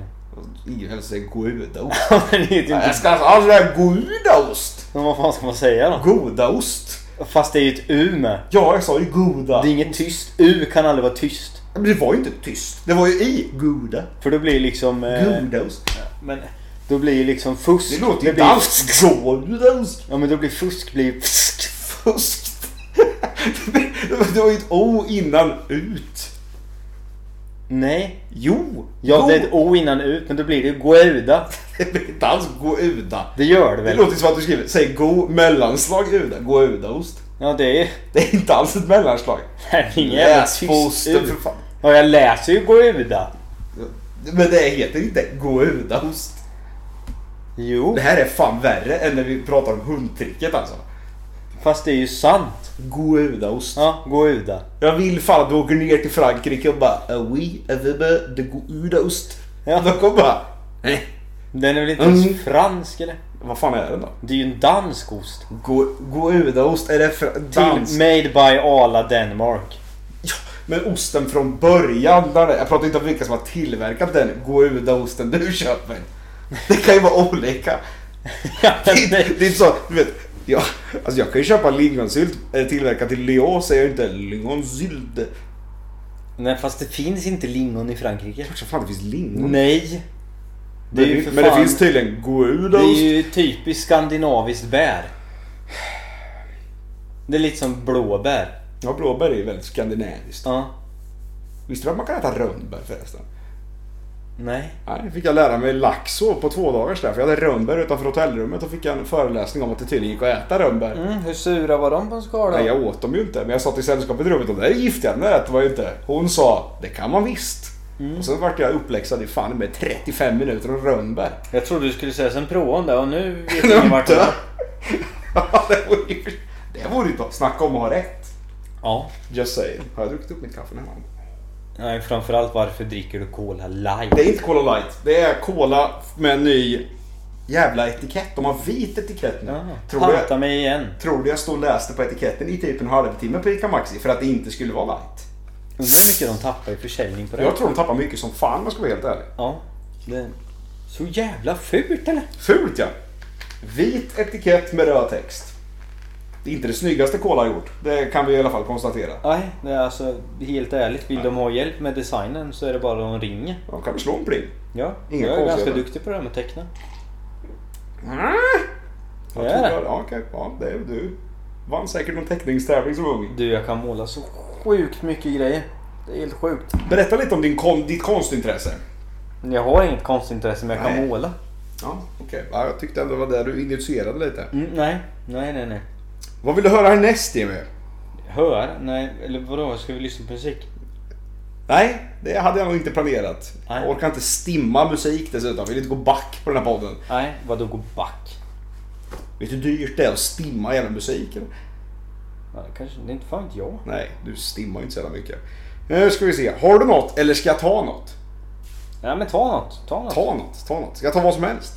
S2: den.
S1: Ingen helst säger godaost.
S2: Ja men det heter ju
S1: Jag
S2: inte...
S1: ska alltså ha sån här godaost.
S2: Men vad fan ska man säga då?
S1: Godaost.
S2: Fast det är ju ett U med.
S1: Ja, jag sa ju goda.
S2: Det är inget tyst. U kan aldrig vara tyst.
S1: Men det var ju inte tyst. Det var ju i. Goda.
S2: För då blir liksom... Eh,
S1: Godaost.
S2: men då blir ju liksom fusk.
S1: Det låter ju
S2: blir,
S1: danskt. Godaost.
S2: Ja men då blir fusk blir...
S1: Fuskt. Det var ju ett O innan ut.
S2: Nej.
S1: Jo.
S2: Ja,
S1: go-
S2: det är ett O innan ut, men då blir det ju Guauda.
S1: Det blir inte alls goda.
S2: Det gör det
S1: Det
S2: väl?
S1: låter som att du skriver, säg go mellanslag uda, godaost.
S2: Ja, det är ju...
S1: Det är inte alls ett mellanslag.
S2: Det är ingen jävla tyst
S1: Läsfoster, för
S2: ut.
S1: fan.
S2: Ja, jag läser ju Guauda.
S1: Men det heter inte godaost.
S2: Jo.
S1: Det här är fan värre än när vi pratar om hundtricket alltså.
S2: Fast det är ju sant.
S1: Goudaost.
S2: Ja, Gouda.
S1: Jag vill fan att du åker ner till Frankrike och bara "Ah Oui, vebe de goudaost.
S2: Ja.
S1: De kommer bara Nej.
S2: Den är väl inte ens
S1: Mm.
S2: fransk eller?
S1: Vad fan är den då?
S2: Det är ju en dansk ost.
S1: Go- Goudaost, är det fra- dansk?
S2: Till Made by Arla Denmark.
S1: Ja, men osten från början. Där, jag pratar inte om vilka som har tillverkat den Gouda-osten du köper. Det kan ju vara olika.
S2: Ja,
S1: Det
S2: men
S1: är,
S2: det-
S1: det är inte så, du vet. Ja, alltså jag kan ju köpa lingonsylt eh, tillverkad till Lyon säger jag inte lingonsylt. Det är
S2: Nej fast det finns inte lingon i Frankrike.
S1: klart som fan det finns lingon.
S2: Nej. Det
S1: men,
S2: är ju för
S1: men det
S2: fan-
S1: finns tydligen
S2: Det är
S1: Gouda-ost.
S2: ju typiskt skandinaviskt bär. Det är lite som blåbär.
S1: Ja, blåbär är ju väldigt skandinaviskt.
S2: Ja.
S1: Visste du att man kan äta rönnbär förresten?
S2: Nej.
S1: Nej, det fick jag lära mig i Laxå på två dagars där. För jag hade rönnbär utanför hotellrummet och fick en föreläsning om att det tydligen gick att äta rönnbär.
S2: Mm, hur sura var de på en skala?
S1: Nej, jag åt dem ju inte. Men jag satt i sällskapet i rummet och det där är giftiga, den där äter man ju inte. Hon sa, det kan man visst.
S2: Mm.
S1: Och sen vart jag uppläxad i fan med 35 minuter om rönnbär.
S2: Jag trodde du skulle säga sen prova om det och nu vet ingen vart det var.
S1: Ja, det vore ju... Det vore ju bra. Snacka om att ha rätt.
S2: Ja.
S1: Just saying. Har jag druckit upp mitt kaffe nu?
S2: Nej, framförallt varför dricker du Cola
S1: Det
S2: Light?
S1: är inte Cola Light. Det är Cola med en ny jävla etikett. De har vit etikett nu.
S2: Ja.
S1: Tror du
S2: Panta
S1: jag,
S2: mig igen.
S1: tror du jag stod och läste på etiketten i typ en halvtimme på ICA Maxi för att det inte skulle vara light?
S2: Undrar hur mycket de tappar i försäljning på det.
S1: Jag tror de tappar mycket som fan om jag ska vara helt ärlig.
S2: Ja. Det... Så jävla fult eller?
S1: Fult ja! Vit etikett med röd text. Det är inte det snyggaste Cola har gjort. Det kan vi i alla fall konstatera.
S2: Nej, det är alltså helt ärligt. Vill de ha hjälp med designen så är det bara de ringer.
S1: De kan väl slå en pling.
S2: Ja,
S1: Inga
S2: jag är ganska
S1: konstigheter.
S2: duktig på det här med att teckna.
S1: Mm. Jag
S2: Det är det.
S1: tror jag, ja, okej. ja, det är du. Vann säkert någon teckningstävling som ung.
S2: Du, jag kan måla så sjukt mycket grejer. Det är helt sjukt.
S1: Berätta lite om din kon, ditt konstintresse.
S2: Jag har inget konstintresse men jag kan
S1: Nej.
S2: måla.
S1: Ja, okej. Ja, jag tyckte ändå det var där du initierade lite.
S2: Mm, nej, nej, nej, nej.
S1: Vad vill du höra härnäst Jimmy?
S2: Hör? Nej, eller vadå? Ska vi lyssna på musik?
S1: Nej, det hade jag nog inte planerat.
S2: Nej.
S1: Jag orkar inte stimma musik dessutom. Vill inte gå back på den här podden.
S2: Nej, vadå gå back?
S1: Vet du hur dyrt det är att stimma jävla musik? Eller?
S2: Ja, det kanske, det är inte fan vet jag.
S1: Nej, du stimmar ju inte så jävla mycket. Nu ska vi se. Har du något eller ska jag ta något?
S2: Nej men ta något, ta något.
S1: Ta något, ta något. Ska jag ta vad som helst?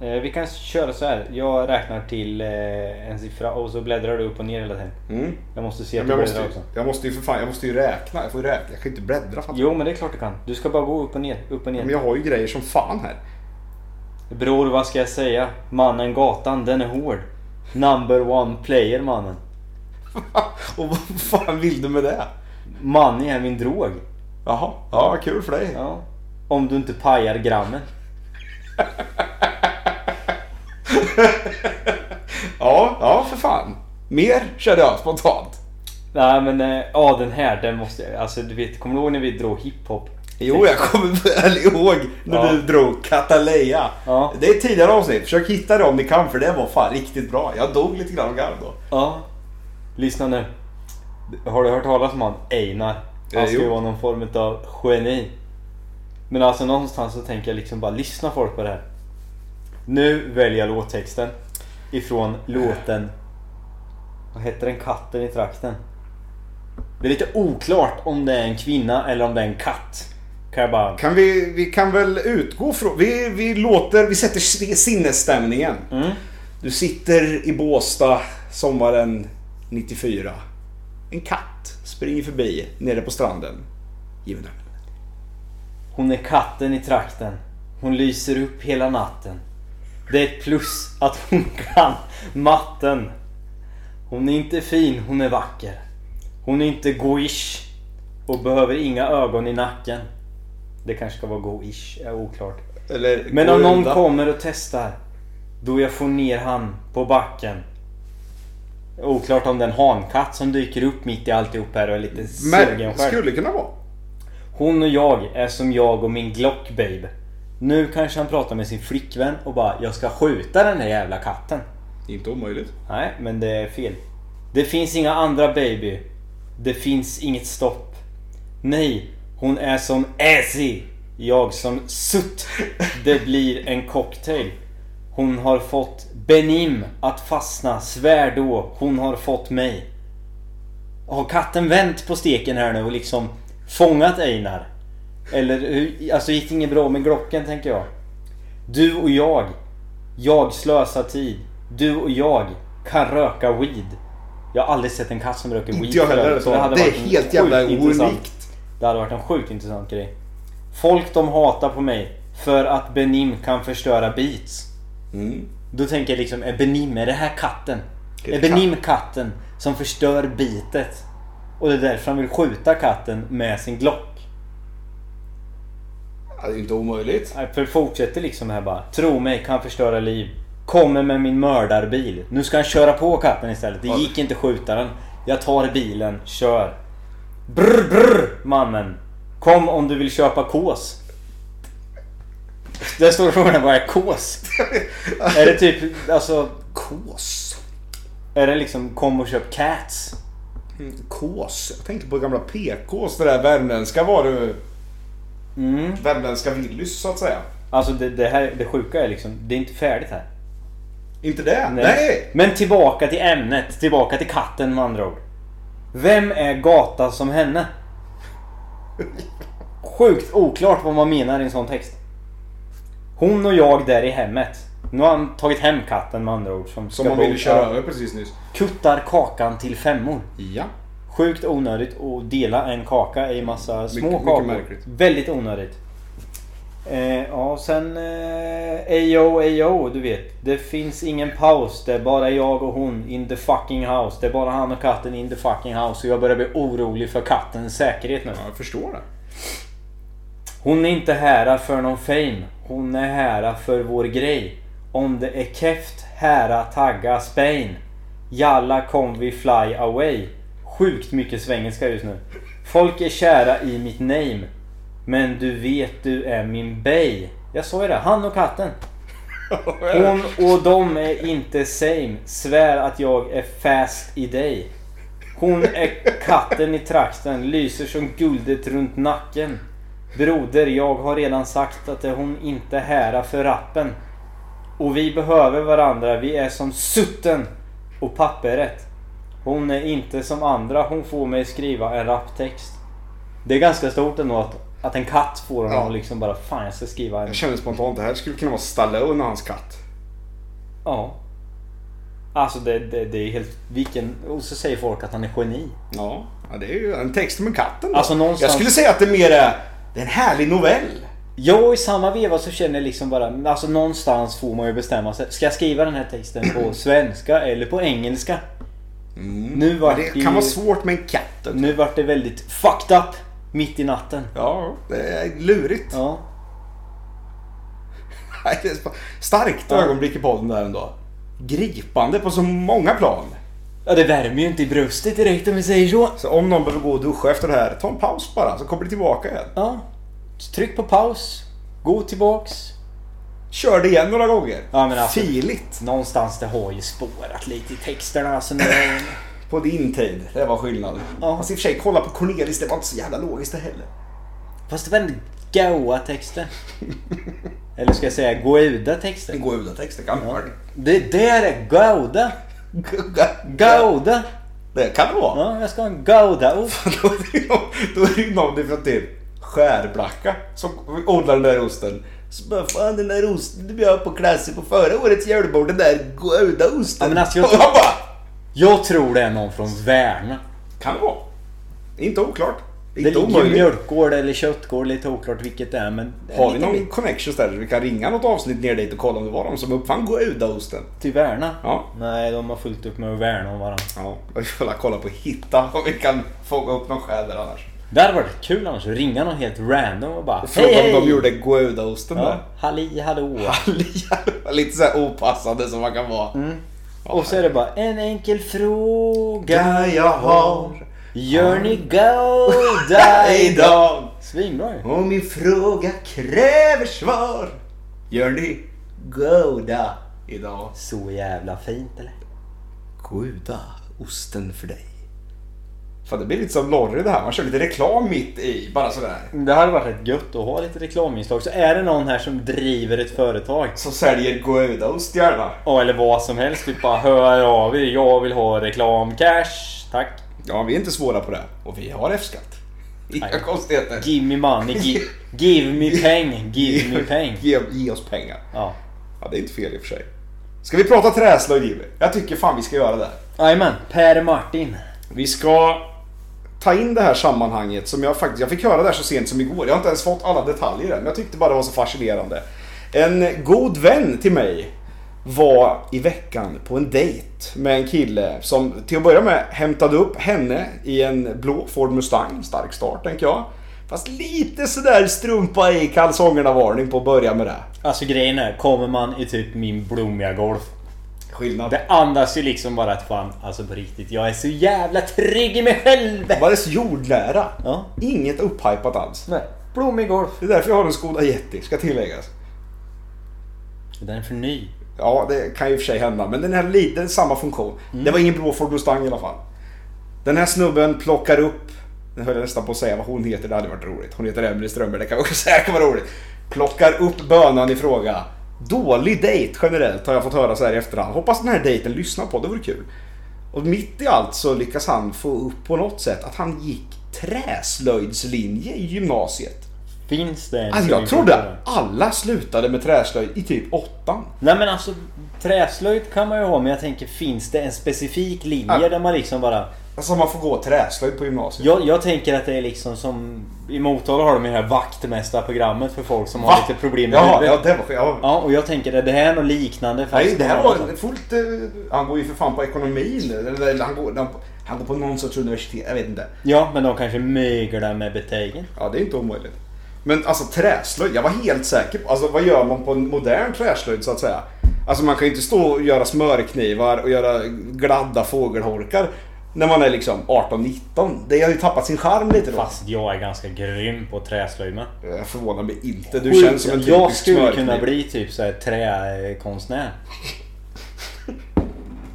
S2: Eh, vi kan köra så här. Jag räknar till eh, en siffra och så bläddrar du upp och ner hela tiden.
S1: Mm.
S2: Jag måste se
S1: Men
S2: att
S1: jag,
S2: du
S1: måste,
S2: bläddrar
S1: ju-
S2: också.
S1: jag måste ju för fan, jag måste ju räkna. Jag får ju räkna. Jag kan ju inte bläddra. Fan.
S2: Jo men det är klart du kan. Du ska bara gå upp och ner, upp och ner.
S1: Men jag har ju grejer som fan här.
S2: Bror vad ska jag säga? Mannen gatan, den är hård. Number one player mannen.
S1: Och vad fan vill du med det?
S2: Money är min drog.
S1: Jaha, ja kul för dig.
S2: Ja. Om du inte pajar grammen.
S1: Ja, ja för fan. Mer kände jag spontant.
S2: Nej men eh, ja den här, den måste jag... Alltså du vet, kommer du ihåg när vi drog hiphop?
S1: Jo, jag kommer väl ihåg när
S2: Ja.
S1: du drog Cataleya.
S2: Ja.
S1: Det är ett tidigare avsnitt. Försök hitta det om ni kan för det var fan riktigt bra. Jag dog lite grann av garv då.
S2: Ja. Lyssna nu. Har du hört talas om han Einar?
S1: Eh,
S2: Han ska
S1: jo.
S2: ju vara någon form av geni. Men alltså någonstans så tänker jag liksom bara lyssna folk på det här. Nu väljer jag låttexten ifrån låten... Vad heter den? Katten i trakten. Det är lite oklart om det är en kvinna eller om det är en katt. Kan jag bara...
S1: Kan vi, vi kan väl utgå från... Vi, vi låter... Vi sätter sin- sinnesstämningen.
S2: Mm.
S1: Du sitter i Båstad sommaren 94. En katt springer förbi nere på stranden. Giv den.
S2: Hon är katten i trakten. Hon lyser upp hela natten. Det är ett plus att hon kan matten. Hon är inte fin, hon är vacker. Hon är inte goish och behöver inga ögon i nacken. Det kanske ska vara goish, är oklart.
S1: Eller
S2: Men
S1: gå
S2: om någon
S1: undan.
S2: kommer och testar, då jag får ner han på backen. Oklart om den hankatt som dyker upp mitt i alltihop här och är lite sugen
S1: Men
S2: själv.
S1: skulle kunna vara.
S2: Hon och jag är som jag och min Glock babe. Nu kanske han pratar med sin flickvän och bara jag ska skjuta den här jävla katten.
S1: Inte omöjligt.
S2: Nej, men det är fel. Det finns inga andra baby. Det finns inget stopp. Nej, hon är som Azzy. Jag som Sutt. Det blir en cocktail. Hon har fått Benim att fastna. Svär då, hon har fått mig. Har katten vänt på steken här nu och liksom fångat Einar? Eller hur? Alltså gick det inget bra med Glocken tänker jag. Du och jag. Jag slösar tid. Du och jag kan röka weed. Jag har aldrig sett en katt som röker weed
S1: Inte jag
S2: för
S1: heller.
S2: övrigt, så hade
S1: det är
S2: varit en
S1: helt jävla
S2: sjukt intressant-
S1: unikt.
S2: Det hade varit en sjukt intressant grej. Folk de hatar på mig för att Benim kan förstöra beats.
S1: Mm.
S2: Då tänker jag liksom, är Benim, är det här katten?
S1: Det är
S2: Är Benim katten som förstör bitet? Och det är därför han vill skjuta katten med sin Glock.
S1: Ja, det är inte omöjligt.
S2: Nej, För det fortsätter liksom här bara. Tro mig, kan förstöra liv. Kommer med min mördarbil. Nu ska han köra på katten istället. Det gick inte skjuta den. Jag tar bilen, kör. Brr, brr, mannen. Kom om du vill köpa kås. Där står frågan, vad är kås? är det typ, alltså,
S1: Kås.
S2: är det liksom kom och köp cats?
S1: Kås. Jag tänkte på gamla PKs, det där värmländska var du.
S2: Mm.
S1: Värmländska Willys så att säga.
S2: Alltså det, det här, det sjuka är liksom, det är inte färdigt här.
S1: Inte det? Nej!
S2: Men tillbaka till ämnet, tillbaka till katten med andra ord. Vem är gata som henne? Sjukt oklart vad man menar i en sån text. Hon och jag där i hemmet. Nu har han tagit hem katten med andra ord. Som,
S1: Som man
S2: bo-
S1: ville köra över precis nyss.
S2: Kuttar kakan till femmor.
S1: Ja.
S2: Sjukt onödigt att dela en kaka i massa små
S1: mycket
S2: kakor.
S1: märkligt.
S2: Väldigt onödigt. Eh, ja, sen... Eh, ayo, ayo, du vet. Det finns ingen paus. Det är bara jag och hon in the fucking house. Det är bara han och katten in the fucking house. Och jag börjar bli orolig för kattens säkerhet nu.
S1: Ja, jag förstår det.
S2: Hon är inte hära för någon fame. Hon är hära för vår grej. Om det är keft, hära, tagga, Spain. Jalla kom vi fly away. Sjukt mycket svengelska just nu. Folk är kära i mitt name. Men du vet du är min bay. Jag sa ju det, han och katten. Hon och de är inte same. Svär att jag är fast i dig. Hon är katten i trakten, lyser som guldet runt nacken. Broder, jag har redan sagt att det är hon inte hära för rappen. Och vi behöver varandra, vi är som sutten och papperet. Hon är inte som andra, hon får mig skriva en rapptext. Det är ganska stort ändå att, att en katt får honom
S1: Ja.
S2: och liksom bara Fan jag ska skriva en...
S1: Jag känner spontant det här skulle kunna vara Stallone och hans katt.
S2: Ja. Alltså det, det, det är helt... Vilken... Och så säger folk att han är geni.
S1: Ja, ja, det är ju en text om en katt ändå.
S2: Alltså, någonstans-
S1: Jag skulle säga att det är mer är... Det är en härlig novell.
S2: Ja, och i samma veva så känner jag liksom bara, alltså någonstans får man ju bestämma sig. Ska jag skriva den här texten på svenska eller på engelska? Nu vart
S1: Mm. Men
S2: det,
S1: det kan vara svårt med en katt.
S2: nu vart det väldigt fucked up mitt i natten.
S1: Ja, det är lurigt.
S2: Ja.
S1: Nej, det är sp- Starkt
S2: Ja.
S1: ögonblick i podden där ändå. Gripande på så många plan.
S2: ja, det värmer ju inte i bröstet direkt om vi säger så.
S1: Så om någon behöver gå och duscha efter det här, ta en paus bara så kommer det tillbaka igen.
S2: Ja. Så Tryck på paus. Gå tillbaks.
S1: Kör det igen några gånger.
S2: Ja, men alltså-
S1: Filigt.
S2: Någonstans det har ju spårat lite i texterna. Alltså, när jag...
S1: På din tid, det var skillnaden.
S2: Ja.
S1: Fast alltså i och för sig, kolla på Cornelis, det var inte så jävla logiskt det heller.
S2: Fast det var ändå goa texter. Eller ska jag säga goda texter?
S1: Den går utan text, det kan man.
S2: Det där är goda. Gouda!
S1: Det kan det vara.
S2: Ja, jag ska ha en goudaost.
S1: Då är det ju någon- då är det ju någon från typ Skärblacka som odlar den där osten. Så bara fan den där osten du bjöd på klassen på förra årets julbord, den där goda osten.
S2: Ja, men alltså, jag-
S1: Och jag bara,
S2: Jag tror det är någon från Värna.
S1: kan det vara. Inte oklart.
S2: Det
S1: inte
S2: ligger ju
S1: omöjligt.
S2: mjölkgård eller köttgård, lite oklart vilket det är men...
S1: Har vi
S2: lite
S1: någon
S2: bit
S1: connections där? Vi kan ringa något avsnitt ner dit och kolla om det var de som uppfann Goudaosten.
S2: Till Värna?
S1: Ja.
S2: Nej, de har fullt upp med att värna om varandra.
S1: Ja, vi får väl kolla på Hitta om vi kan fånga upp någon själ där annars.
S2: Det hade varit kul annars, att ringa någon helt random och bara
S1: Fråga
S2: Hej hej!
S1: om de gjorde Goudaosten
S2: ja,
S1: där.
S2: Halli hallå!
S1: Lite så här opassande som man kan vara.
S2: Och så är det bara en enkel fråga
S1: Fråga jag har
S2: Gör ni goda idag?
S1: idag
S2: Svinbra ju!
S1: och min fråga kräver svar. Gör ni goda idag?
S2: Så jävla fint eller?
S1: Goda osten för dig. Fan, det blir lite som Lorry det här. Man kör lite reklam mitt i. Bara sådär.
S2: Det hade varit rätt gött att ha lite reklaminslag. Så är det någon här som driver ett företag.
S1: Som säljer godaost gärna.
S2: Ja, eller vad som helst. Typ bara hör av er. Jag vill ha reklam. Cash. Tack.
S1: Ja, vi är inte svåra på det. Och vi har F-skatt. Inga
S2: Nej.
S1: konstigheter.
S2: Give me money. Give, give me peng. Give me peng.
S1: Ge, ge oss pengar.
S2: Ja.
S1: Ja, det är inte fel i och för sig. Ska vi prata träslöjd Jimmy? Jag tycker fan vi ska göra det.
S2: Jajamän. Per Martin.
S1: Vi ska ta in det här sammanhanget som jag faktiskt, jag fick höra det här så sent som igår. Jag har inte ens fått alla detaljer än, men jag tyckte bara det var så fascinerande. En god vän till mig var i veckan på en dejt med en kille som till att börja med hämtade upp henne i en blå Ford Mustang. Stark start tänker jag. Fast lite sådär strumpa i kalsongerna-varning på att börja med det.
S2: Alltså grejen är, kommer man i typ min blommiga golf.
S1: Skillnad.
S2: Det andas ju liksom bara att fan, alltså på riktigt. Jag är så jävla trygg i mig själv.
S1: Var det så jordnära?
S2: Ja.
S1: Inget upphypat alls.
S2: Nej. Blommig golf.
S1: Det är därför jag har en Skoda Yeti, ska tilläggas.
S2: Den är för ny.
S1: Ja, det kan ju i och för sig hända. Men den här liten, samma funktion. Det var ingen blå Ford Mustang i alla fall. Den här snubben plockar upp, nu höll jag nästan på att säga vad hon heter, det hade varit roligt. Hon heter Emelie Strömberg, det kan vi också säga kan vara roligt. Plockar upp bönan i fråga. Dålig dejt generellt har jag fått höra så här i efterhand. Hoppas den här dejten lyssnar på, det vore kul. Och mitt i allt så lyckas han få upp på något sätt att han gick träslöjdslinje i gymnasiet.
S2: Finns det en
S1: Alltså
S2: som
S1: jag
S2: är
S1: trodde
S2: kortare?
S1: alla slutade med träslöjd i typ åttan.
S2: Nej men alltså träslöjd kan man ju ha men jag tänker finns det en specifik linje
S1: Ja.
S2: där man liksom bara...
S1: Alltså man får gå träslöjd på gymnasiet.
S2: Jag, jag tänker att det är liksom som... I Motala har de ju det här vaktmästarprogrammet för folk som har lite problem med
S1: ja, ja,
S2: huvudet.
S1: det var ja.
S2: Ja och jag tänker att det här är något liknande fast
S1: Nej, det här
S2: man har
S1: var
S2: liksom-
S1: fullt... eh, Han går ju för fan på ekonomin. Eller, eller han, går, han, han går på någon sorts universitet, jag vet inte.
S2: Ja men de kanske myglar med betägen.
S1: Ja, det är inte omöjligt. Men alltså träslöjd, jag var helt säker på... Alltså vad gör man på en modern träslöjd så att säga? Alltså man kan ju inte stå och göra smörknivar och göra gladda fågelholkar när man är liksom 18-19. Det har ju tappat sin charm lite då.
S2: Fast jag är ganska grym på träslöjd med.
S1: Jag förvånar mig inte. Du känns som en typisk
S2: Jag skulle
S1: smörkniv.
S2: kunna bli typ så här träkonstnär.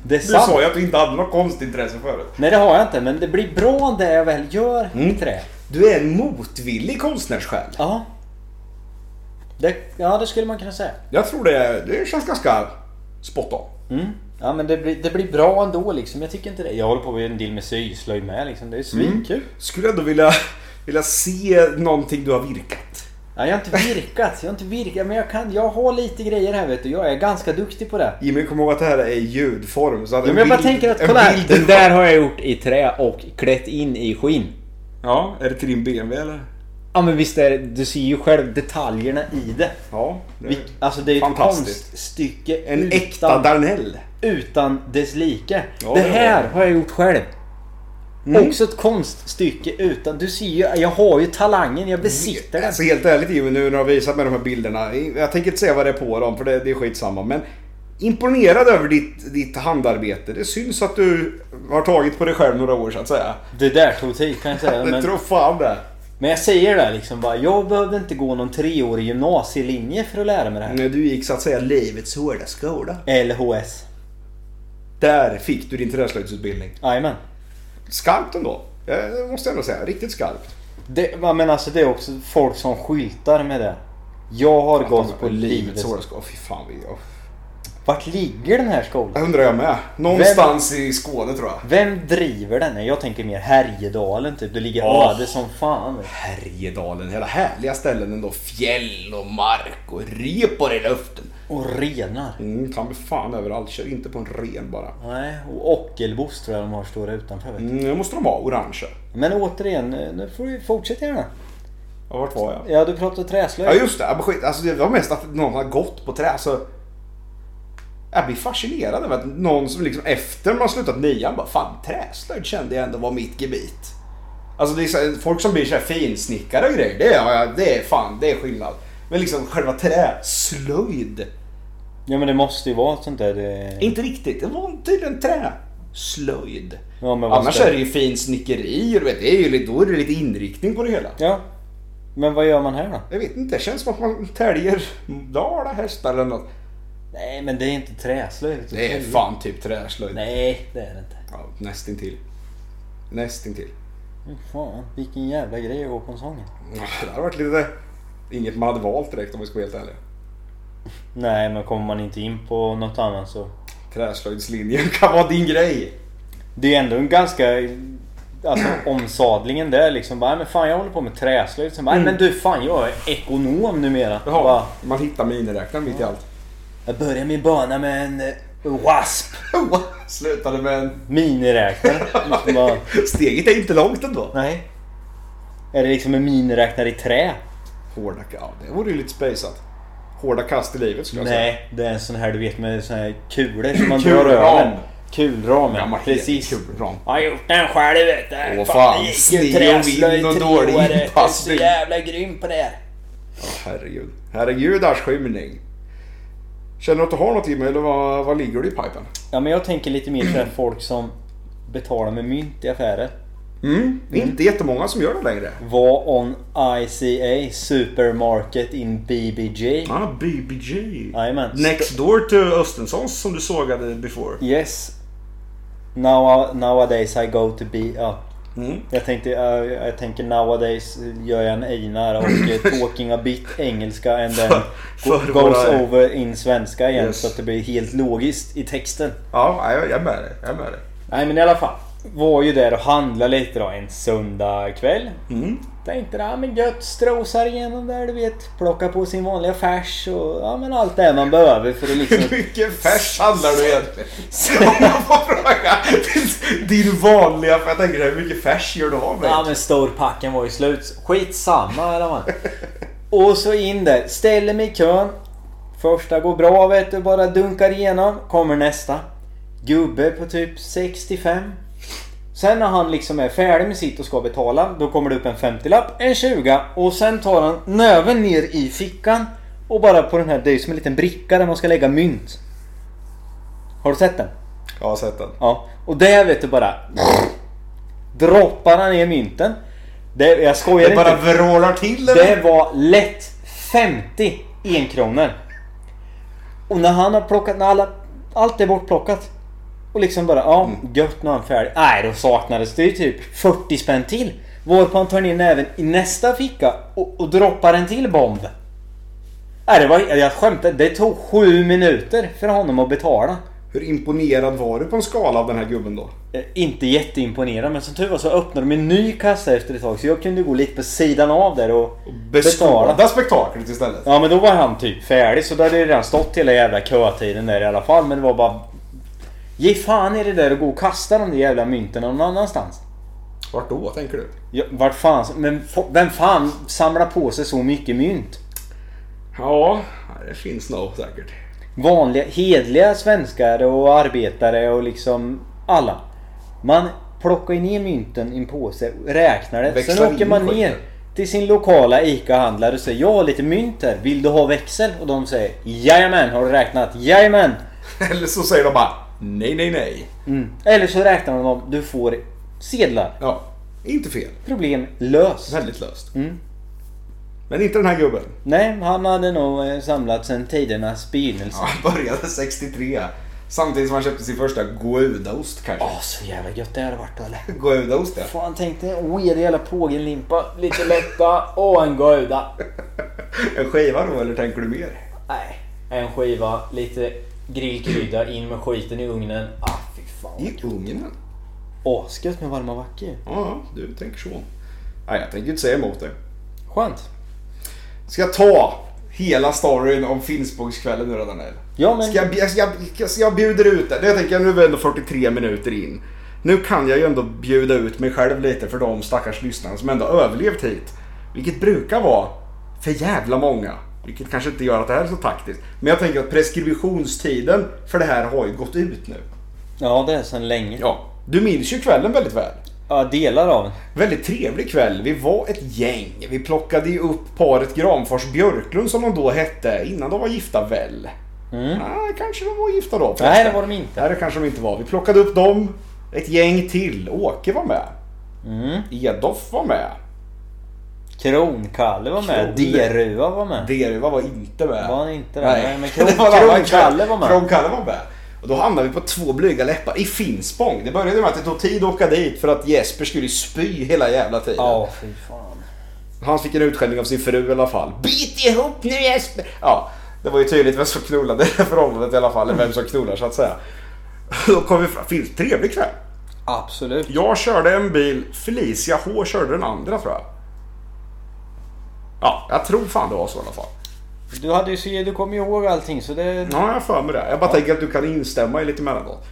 S2: Det är
S1: Du sa
S2: sant.
S1: ju att du inte hade något konstintresse förut.
S2: Nej det har jag inte men det blir bra det jag väl gör
S1: Mm.
S2: i trä.
S1: Du är en motvillig konstnärssjäl.
S2: Ja. Det, ja, det skulle man kunna säga.
S1: Jag tror det, det känns ganska spot on.
S2: Mm. Ja, men det blir, det blir bra ändå liksom. Jag tycker inte det. Jag håller på med en del med syslöjd med liksom. Det är
S1: Mm.
S2: svinkul.
S1: Skulle jag då vilja, vilja se någonting du har virkat?
S2: Ja, jag har inte virkat. Jag har inte virkat. Men jag, kan, jag har lite grejer här vet du. Jag är ganska duktig på det.
S1: Jimmy, kom ihåg att det här är i ljudform. Så att
S2: Ja,
S1: en
S2: men jag bara
S1: bild-
S2: tänker att
S1: en
S2: kolla här.
S1: bild-
S2: Den där har jag gjort i trä och klätt in i skinn.
S1: Ja, är det till din BMW eller?
S2: Ja men visst är det. Du ser ju själv detaljerna i det.
S1: Ja. det är-
S2: Vil- Alltså det är ett
S1: Fantastiskt.
S2: konststycke
S1: en
S2: utan,
S1: äkta Darnell.
S2: utan dess like.
S1: Ja,
S2: det
S1: det Mm.
S2: här
S1: har
S2: har jag gjort själv. Också ett konststycke utan... Du ser ju, jag har ju talangen, jag besitter den.
S1: Alltså helt ärligt Jimmy, nu när du har visat mig de här bilderna. Jag tänker inte säga vad det är på dem för det, det är skitsamma. Men imponerad över ditt, ditt handarbete. Det syns att du har tagit på dig själv några år så att säga.
S2: Det där tog tid kan jag säga.
S1: Jag
S2: Men,
S1: tror fan det.
S2: men jag säger det här liksom bara, jag behövde inte gå någon treårig gymnasielinje för att lära mig det här.
S1: När du gick så att säga livets hårda skola.
S2: LHS.
S1: Där fick du din träslöjdsutbildning.
S2: Jajamän.
S1: Skarpt ändå. Eh, Det måste jag ändå säga. Riktigt skarpt.
S2: Det, ja, men alltså det är också folk som skyltar med det. Jag har gått på livets...
S1: hårda skola. Fy fan. Vi, oh.
S2: Vart ligger den här
S1: Det
S2: skolan?
S1: undrar jag med. Någonstans i Skåne tror jag.
S2: Vem driver den? Jag tänker mer Härjedalen typ. Det ligger
S1: Ja.
S2: öde som fan.
S1: Härjedalen. Hela härliga ställen ändå. Fjäll och mark och repor i luften.
S2: Och renar.
S1: Mm, ta mig fan överallt. Kör inte på en ren bara.
S2: Nej, och ockelbos tror jag de har stora utanför. Vet du.
S1: Mm, nu måste de ha orange.
S2: Men återigen, nu får vi fortsätta gärna.
S1: Ja, vart var jag?
S2: Ja, du pratade
S1: Ja
S2: träslöjd.
S1: just det, Ja, men skit. Alltså, det var mest att någon har gått på trä. Alltså, jag blir fascinerad över att någon som liksom efter man slutat nian bara fan träslöjd kände jag ändå var mitt gebit. Alltså det är så, här, folk som blir så här finsnickare och grejer, det är, det är fan det är skillnad. Men liksom själva träslöjd,
S2: Ja, men det måste ju vara ett sånt där... eh, Det...
S1: inte riktigt. Det var tydligen träslöjd.
S2: Ja, men vad
S1: Annars
S2: ska-
S1: är det ju finsnickeri och du vet, det är ju lite, då är det lite inriktning på det hela.
S2: Ja. Men vad gör man här då?
S1: Jag vet inte, det känns som att man täljer dala hästar eller något.
S2: Nej, men det är inte träslöjd.
S1: Det är fan typ träslöjd.
S2: Nej, det är det inte.
S1: Ja, nästintill. Nästintill.
S2: Fy Fan, vilken jävla grej att gå på en sång.
S1: Det hade varit lite... Inget man hade valt direkt om vi ska vara helt ärliga.
S2: Nej, men kommer man inte in på något annat så...
S1: Träslöjdslinjen kan vara din grej.
S2: Det är ändå en ganska... Alltså omsadlingen där liksom. Bara, "Nej, men fan jag håller på med träslöjd. Sen bara, "Nej, men du fan jag är ekonom numera. Bara,
S1: Jaha, man hittar miniräknaren mitt i allt.
S2: jag började min bana med en eh, wasp.
S1: Slutade med en...
S2: Miniräknare. Liksom bara,
S1: Steget är inte långt ändå.
S2: Nej. Är det liksom en miniräknare i trä?
S1: Hårda... Ja, det vore ju lite spejsat. Hårda kast i livet skulle jag säga.
S2: Nej, det är en sån här du vet med sån här kulor som man drar
S1: Kulram.
S2: över. Kulram.
S1: Ja, man heter
S2: ja, Precis.
S1: kulram.
S2: Jag har gjort den själv vet du.
S1: Åh, fan, sne och vind och dålig inpassning.
S2: jävla grym på det här.
S1: Herregud. Herregudars skymning. Känner du att du har något i mig eller vad, vad ligger du i pipen?
S2: Ja men jag tänker lite mer såhär folk som betalar med mynt i affärer.
S1: Mm. Det är inte jättemånga som gör det längre.
S2: Var on ICA Supermarket in BBG.
S1: Ah, BBG.
S2: Jajamän.
S1: Next door to Östensons som du sågade before.
S2: Yes. Now, nowadays I go to be... Ja.
S1: Mm.
S2: Jag tänkte, jag, jag tänker nowadays gör jag en Einar och eh, talking a bit engelska and then
S1: För-
S2: go-
S1: för
S2: goes
S1: våra-
S2: over in svenska igen
S1: Yes.
S2: så att det blir helt logiskt i texten.
S1: Ja, jag, jag är med dig. Jag är med dig.
S2: Nej men i alla fall. Var ju där och handlade lite då en söndag kväll. Tänkte ja men gött strosar igenom där du vet. Plocka på sin vanliga färs och ja men allt det man behöver för att liksom
S1: Hur mycket färs handlar du egentligen? Om man får fråga. Din vanliga, för jag tänker hur mycket färs gör du av mig?
S2: Ja men storpacken var ju slut. Skitsamma eller vad. Och så in där. Ställer mig i kön. Första går bra vet du. Bara dunkar igenom. Kommer nästa. Gubbe på typ 65. Sen när han liksom är färdig med sitt och ska betala. Då kommer det upp en 50-lapp, en 20 och sen tar han növen ner i fickan. Och bara på den här, det är ju som en liten bricka där man ska lägga mynt. Har du sett den?
S1: Jag har sett den.
S2: Ja, och det vet du bara... Droppar han ner mynten. Det, jag skojar
S1: Det bara
S2: inte.
S1: vrålar till eller?
S2: Det var lätt 50 enkronor. Och när han har plockat, när alla, allt är bortplockat. Och liksom bara, ja gött nu är han färdig. Nej, då saknades det ju typ 40 spänn till. Varpå han tar ner näven i nästa ficka och, och droppar en till bomb. Nej, det var, jag skämtar, det tog sju minuter för honom att betala.
S1: Hur imponerad var du på en skala av den här gubben då?
S2: Eh, inte jätteimponerad men som tur var så öppnade de en ny kassa efter ett tag så jag kunde gå lite på sidan av där och
S1: Beskåda spektaklet istället.
S2: Ja men då var han typ färdig så då hade det redan stått hela jävla kötiden där i alla fall men det var bara... Ge fan i det där och gå och kasta de där jävla mynten någon annanstans.
S1: Vart då tänker du?
S2: Ja, vart fan... Men fo- vem fan samlar på sig så mycket mynt?
S1: Ja, det finns nog säkert.
S2: vanliga, hedliga svenskar och arbetare och liksom alla. Man plockar ju ner mynten i en påse, räknar det,
S1: Växlar
S2: sen åker
S1: in
S2: man
S1: skiten.
S2: ner till sin lokala ICA-handlare och säger jag har lite mynt här, vill du ha växel? Och de säger jajamän, har du räknat? Jajamän!
S1: Eller så säger de bara nej, nej, nej.
S2: Mm. Eller så räknar de dem, du får sedlar.
S1: Ja, Mm. inte fel.
S2: Problem löst.
S1: Väldigt löst. Men inte den här gubben.
S2: Nej, han hade nog eh, samlat sen tidernas begynnelse.
S1: Ja, han började 63. Samtidigt som han köpte sin första Goudaost kanske.
S2: Åh, så jävla gött det hade varit eller?
S1: Goudaost ja.
S2: Fan tänkte en weird jävla pågenlimpa, lite lätta och en gouda.
S1: En skiva då eller tänker du mer?
S2: Nej, en skiva, lite grillkrydda, in med skiten i ugnen. Ah fy fan.
S1: I Ungern?
S2: Asgött med varma vacker.
S1: Ja, du tänker så. Nej, jag tänker inte säga emot det.
S2: Skönt.
S1: Ska jag ta hela storyn om Finnsbågskvällen nu då Daniel?
S2: Ja, men-
S1: ska, jag, jag, ska, jag, ska jag bjuder ut det? Jag tänker nu är vi ändå 43 minuter in. Nu kan jag ju ändå bjuda ut mig själv lite för de stackars lyssnarna som ändå överlevt hit. Vilket brukar vara för jävla många. Vilket kanske inte gör att det här är så taktiskt. Men jag tänker att preskriptionstiden för det här har ju gått ut nu.
S2: Ja, det är sedan länge. Ja.
S1: Ja. Du minns ju kvällen väldigt väl.
S2: delar av den.
S1: Väldigt trevlig kväll. Vi var ett gäng. Vi plockade ju upp paret Granfors Björklund som de då hette innan de var gifta väl.
S2: Mm.
S1: Nej, kanske de var gifta då.
S2: Nej, det var de inte.
S1: Nej, det kanske de inte var. Vi plockade upp dem. Ett gäng till. Åke var med.
S2: Mm.
S1: Edoff var med.
S2: Kronkalle var med.
S1: Kron-
S2: Deruva var med.
S1: Derva var inte med.
S2: Var han inte det?
S1: Nej.
S2: Nej, men Kron-
S1: Det var en annan
S2: Kronkalle
S1: kväll.
S2: var med.
S1: Kronkalle var med. Och då hamnade vi på två blyga läppar i Finspång. Det började med att det tog tid att åka dit för att Jesper skulle spy hela jävla tiden.
S2: Ja, fy fan.
S1: Han fick en utskällning av sin fru i alla fall. Bit ihop nu Jesper! Ja, det var ju tydligt vem som knullade i det här förhållandet i alla fall. Eller vem som knullar så att säga. Då kom vi fram. Fin- Trevlig kväll.
S2: Absolut.
S1: Jag körde en bil. Felicia H körde den andra tror jag. Ja, jag tror fan det var så i alla fall.
S2: Du, hade ju, så- du kom ju ihåg allting så det...
S1: Ja, jag har för mig det. Jag bara tänker att du kan instämma i lite emellanåt.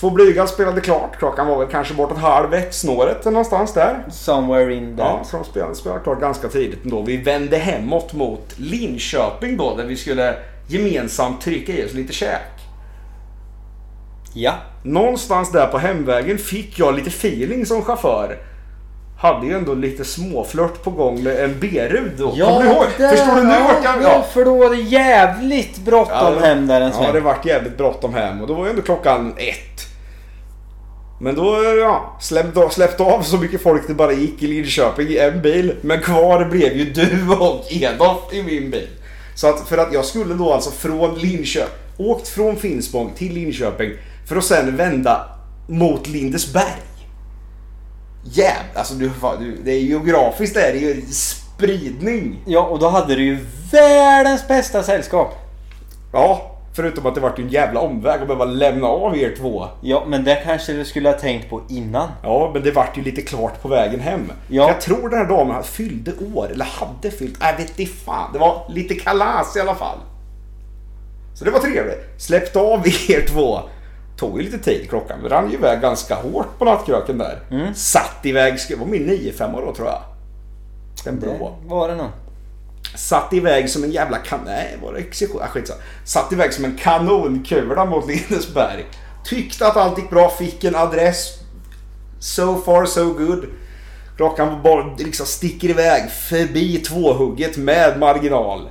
S1: Två blyga spelade klart. Klockan var väl kanske bortåt halv ett, snåret någonstans där.
S2: Somewhere in
S1: Ja,
S2: that.
S1: så de spelade, spelade klart ganska tidigt ändå. Vi vände hemåt mot Linköping då, där vi skulle gemensamt trycka i oss lite käk.
S2: Ja.
S1: Någonstans där på hemvägen fick jag lite feeling som chaufför. Hade ju ändå lite småflört på gång med en Berud då. Kommer du ihåg?
S2: där
S1: Förstår du nu
S2: var
S1: vart jag...
S2: det,
S1: Ja.
S2: För då var det jävligt bråttom
S1: det-
S2: hem där en
S1: Ja,
S2: sväng.
S1: det vart jävligt bråttom hem och då var ju ändå klockan ett. Men då ja, släppte, släppte av så mycket folk det bara gick i Linköping i en bil. Men kvar blev ju du och Edolf i min bil. Så att för att jag skulle då alltså från Linköping, åkt från Finspång till Linköping för att sen vända mot Lindesberg. Jävlar, alltså du, fan, du, det är geografiskt det är det är ju spridning.
S2: Ja, och då hade du ju världens bästa sällskap.
S1: Ja, förutom att det vart ju en jävla omväg att behöva lämna av er två.
S2: Ja, men det kanske du skulle ha tänkt på innan.
S1: Ja, men det vart ju lite klart på vägen hem.
S2: Ja.
S1: Jag tror den här damen fyllde år, eller hade fyllt, jag vet inte fan. Det var lite kalas i alla fall. Så det var trevligt. Släppte av er två. Tog ju lite tid, klockan Vi rann ju iväg ganska hårt på nattkröken där. Satt iväg, det var min 9-5 då tror jag. Den blå.
S2: Det var det nog.
S1: Satt iväg som en jävla kan... Nej, var det exekution? Ah, skitsamma. Satt iväg som en kanonkula mot Lindesberg. Tyckte att allt gick bra, fick en adress. So far so good. Klockan bara liksom sticker iväg förbi tvåhugget med marginal.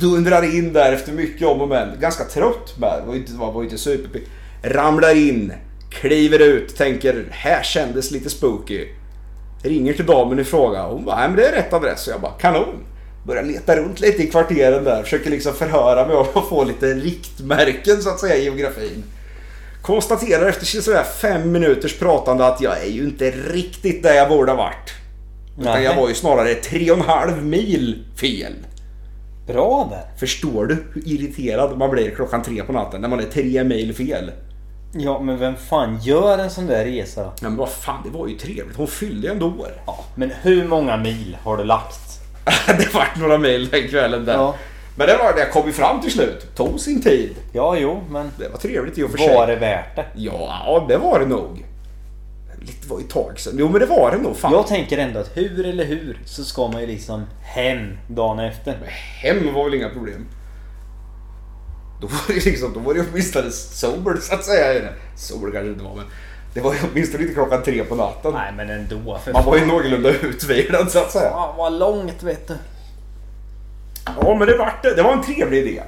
S1: Dundrar in där efter mycket om och men. Ganska trött med. Var ju inte, var var ju inte superpigg. Ramlar in. Kliver ut. Tänker här kändes lite spooky. Ringer till damen i fråga. Hon bara, nej men det är rätt adress. Så jag bara, kanon. Börjar leta runt lite i kvarteren där. Försöker liksom förhöra mig om och få lite riktmärken så att säga i geografin. Konstaterar efter sådär fem minuters pratande att jag är ju inte riktigt där jag borde ha varit. Utan
S2: Nej.
S1: jag var ju snarare tre och en halv mil fel.
S2: Bra där.
S1: Förstår du hur irriterad man blir klockan tre på natten när man är tre mil fel?
S2: Ja, men vem fan gör en sån där resa då?
S1: Ja men vad fan, det var ju trevligt. Hon fyllde ju ändå år.
S2: Ja, men hur många mil har du lagt?
S1: det vart några mejl den kvällen där.
S2: Ja.
S1: Men det var det jag kom ju fram till slut. Tog sin tid.
S2: Ja, jo, men
S1: Det var trevligt i och för sig.
S2: var det värt det?
S1: Ja, ja, det var det nog. Det var ju ett tag sedan. Jo men det var det nog fan.
S2: Jag tänker ändå att hur eller hur så ska man ju liksom hem dagen efter.
S1: Hem var väl inga problem. Då var det ju liksom, då var det ju åtminstone sober så att säga. Sober kanske det inte var men. Det var ju åtminstone inte klockan tre på natten.
S2: Nej, men ändå. För
S1: Man var ju någorlunda utvilad så att säga.
S2: fan vad långt vet du.
S1: Ja, men det var, det. det var en trevlig idé.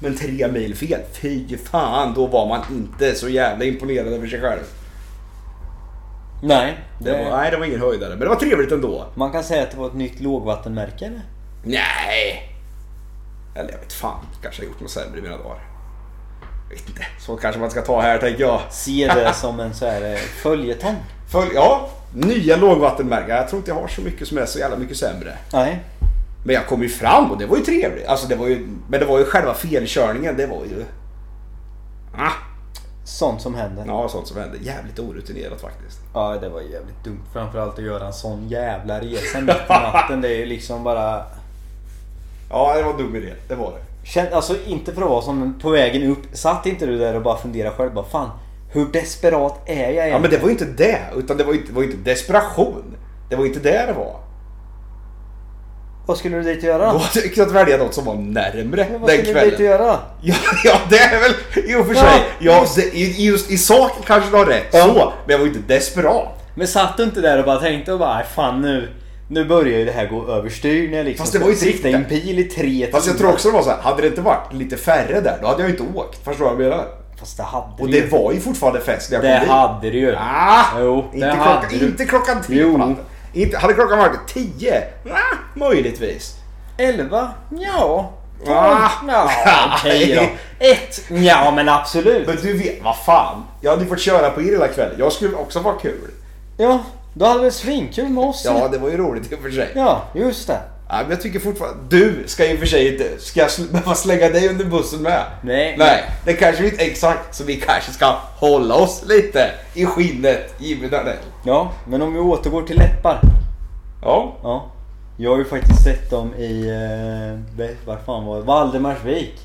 S1: Men tre mil fel. Fy fan, då var man inte så jävla imponerad över sig själv.
S2: Nej,
S1: Det var, nej, det var ingen höjdare. Men det var trevligt ändå.
S2: Man kan säga att det var ett nytt lågvattenmärke eller?
S1: Nej. Eller jag vet fan. Kanske har gjort något sämre i mina dagar. Jag vet inte. Så kanske man ska ta här, tänker jag.
S2: Se det som en så här eh, följetong.
S1: Följ, ja. Nya lågvattenmärken. Jag tror inte jag har så mycket som är så jävla mycket sämre.
S2: Nej.
S1: Men jag kom ju fram och det var ju trevligt. Alltså, det var ju, men det var ju själva felkörningen. Det var ju... Ah,
S2: Sånt som händer.
S1: ja, sånt som hände. Jävligt orutinerat faktiskt.
S2: Ja, det var jävligt dumt. Framförallt att göra en sån jävla resa mitt i natten. Det är ju liksom bara...
S1: Ja, det var en dum idé. Det var det.
S2: Känn, alltså inte för att vara som på vägen upp. Satt inte du där och bara funderade själv? Bara, fan, hur desperat är jag
S1: Ja, men
S2: egentligen?
S1: det var ju inte det. Utan det var ju inte, var ju inte desperation. Det var ju inte det det var.
S2: Vad skulle du dit göra?
S1: Då
S2: då?
S1: hade jag kunnat välja något som var närmre
S2: Vad
S1: den
S2: skulle du dit
S1: kvällen.
S2: göra?
S1: Ja, ja, det är väl i och för
S2: Ja,
S1: sig. Ja, det, i, just i sak kanske du har rätt.
S2: Ja.
S1: Så. Men jag var ju inte desperat.
S2: Men satt du inte där och bara tänkte och bara, "Aj, fan nu. Nu börjar ju det här gå överstyr när jag liksom
S1: Fast det var ju
S2: ska sikta i en
S1: riktigt.
S2: bil i tre
S1: Fast jag tror också det var så här. Hade det inte varit lite färre där, då hade jag ju inte åkt. Förstår du vad jag menar?
S2: Fast det hade
S1: Och
S2: du
S1: det var ju fortfarande fest när jag
S2: Mm. Det
S1: kom dit.
S2: hade du ju.
S1: Ah,
S2: Jo, det
S1: inte,
S2: hade
S1: klockan,
S2: du.
S1: inte klockan tre
S2: Jo.
S1: på natten. Inte, hade klockan varit tio? Ah, möjligtvis.
S2: Elva? Ja.
S1: Ah.
S2: Ja, okej då. Ett? Ja, men absolut.
S1: Men du vet, vad fan. Jag hade ju fått köra på er hela kvällen. Jag skulle också vara kul.
S2: Ja, då hade vi svinkul med oss.
S1: Ja, det var ju roligt i och för sig.
S2: ja just det.
S1: Ja, men jag tycker fortfarande... Du ska i och för sig inte... Ska jag sl- behöva slänga dig under bussen med?
S2: Nej.
S1: Nej, det kanske vi inte... Exakt. Så vi kanske ska hålla oss lite i skinnet, Jimmy Darnell.
S2: Ja, men om vi återgår till läppar.
S1: Ja.
S2: Ja. Jag har ju faktiskt sett dem i... Eh, vad- vad fan var det? Valdemarsvik.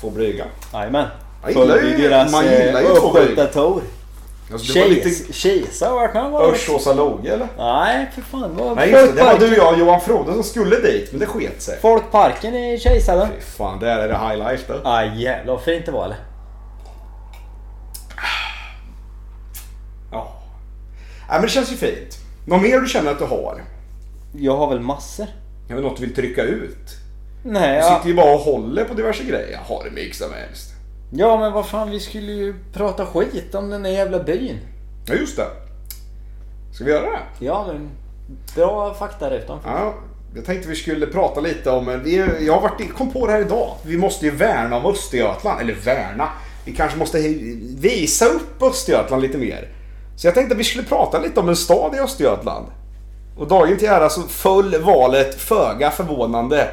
S1: Två blyga.
S2: Jajamän.
S1: Man gillar
S2: Följde
S1: ju-
S2: deras
S1: man gillar ju
S2: eh, östgötator.
S1: Alltså, du var lite
S2: Kisa- Kisa har varit med. var det?
S1: Örsåsa Loge eller?
S2: Nej, för fan. Det var
S1: Nej just det, det var
S2: folkpark-
S1: du, jag och Johan Frode som skulle dit, men det sket sig.
S2: Folkparken i Kejsaren.
S1: Fy fan, där är det high life då.
S2: Aj, jävlar vad fint det var eller?
S1: Ja. Nej men det känns ju fint. Något mer du känner att du har?
S2: Jag har väl massor.
S1: Jag vet något du vill trycka ut? Du
S2: Nej, ja.
S1: sitter ju bara och håller på diverse grejer. Jag har hur mycket som helst.
S2: ja men vad fan vi skulle ju prata skit om den där jävla byn.
S1: Ja just det. Ska vi göra det?
S2: Ja men bra fakta utanför.
S1: Ja, jag tänkte vi skulle prata lite om, men vi, jag har varit, kom på det här idag. Vi måste ju värna om Östergötland, eller värna. Vi kanske måste he- visa upp Östergötland lite mer. Så jag tänkte att vi skulle prata lite om en stad i Östergötland. Och dagen till ära så föll valet föga förvånande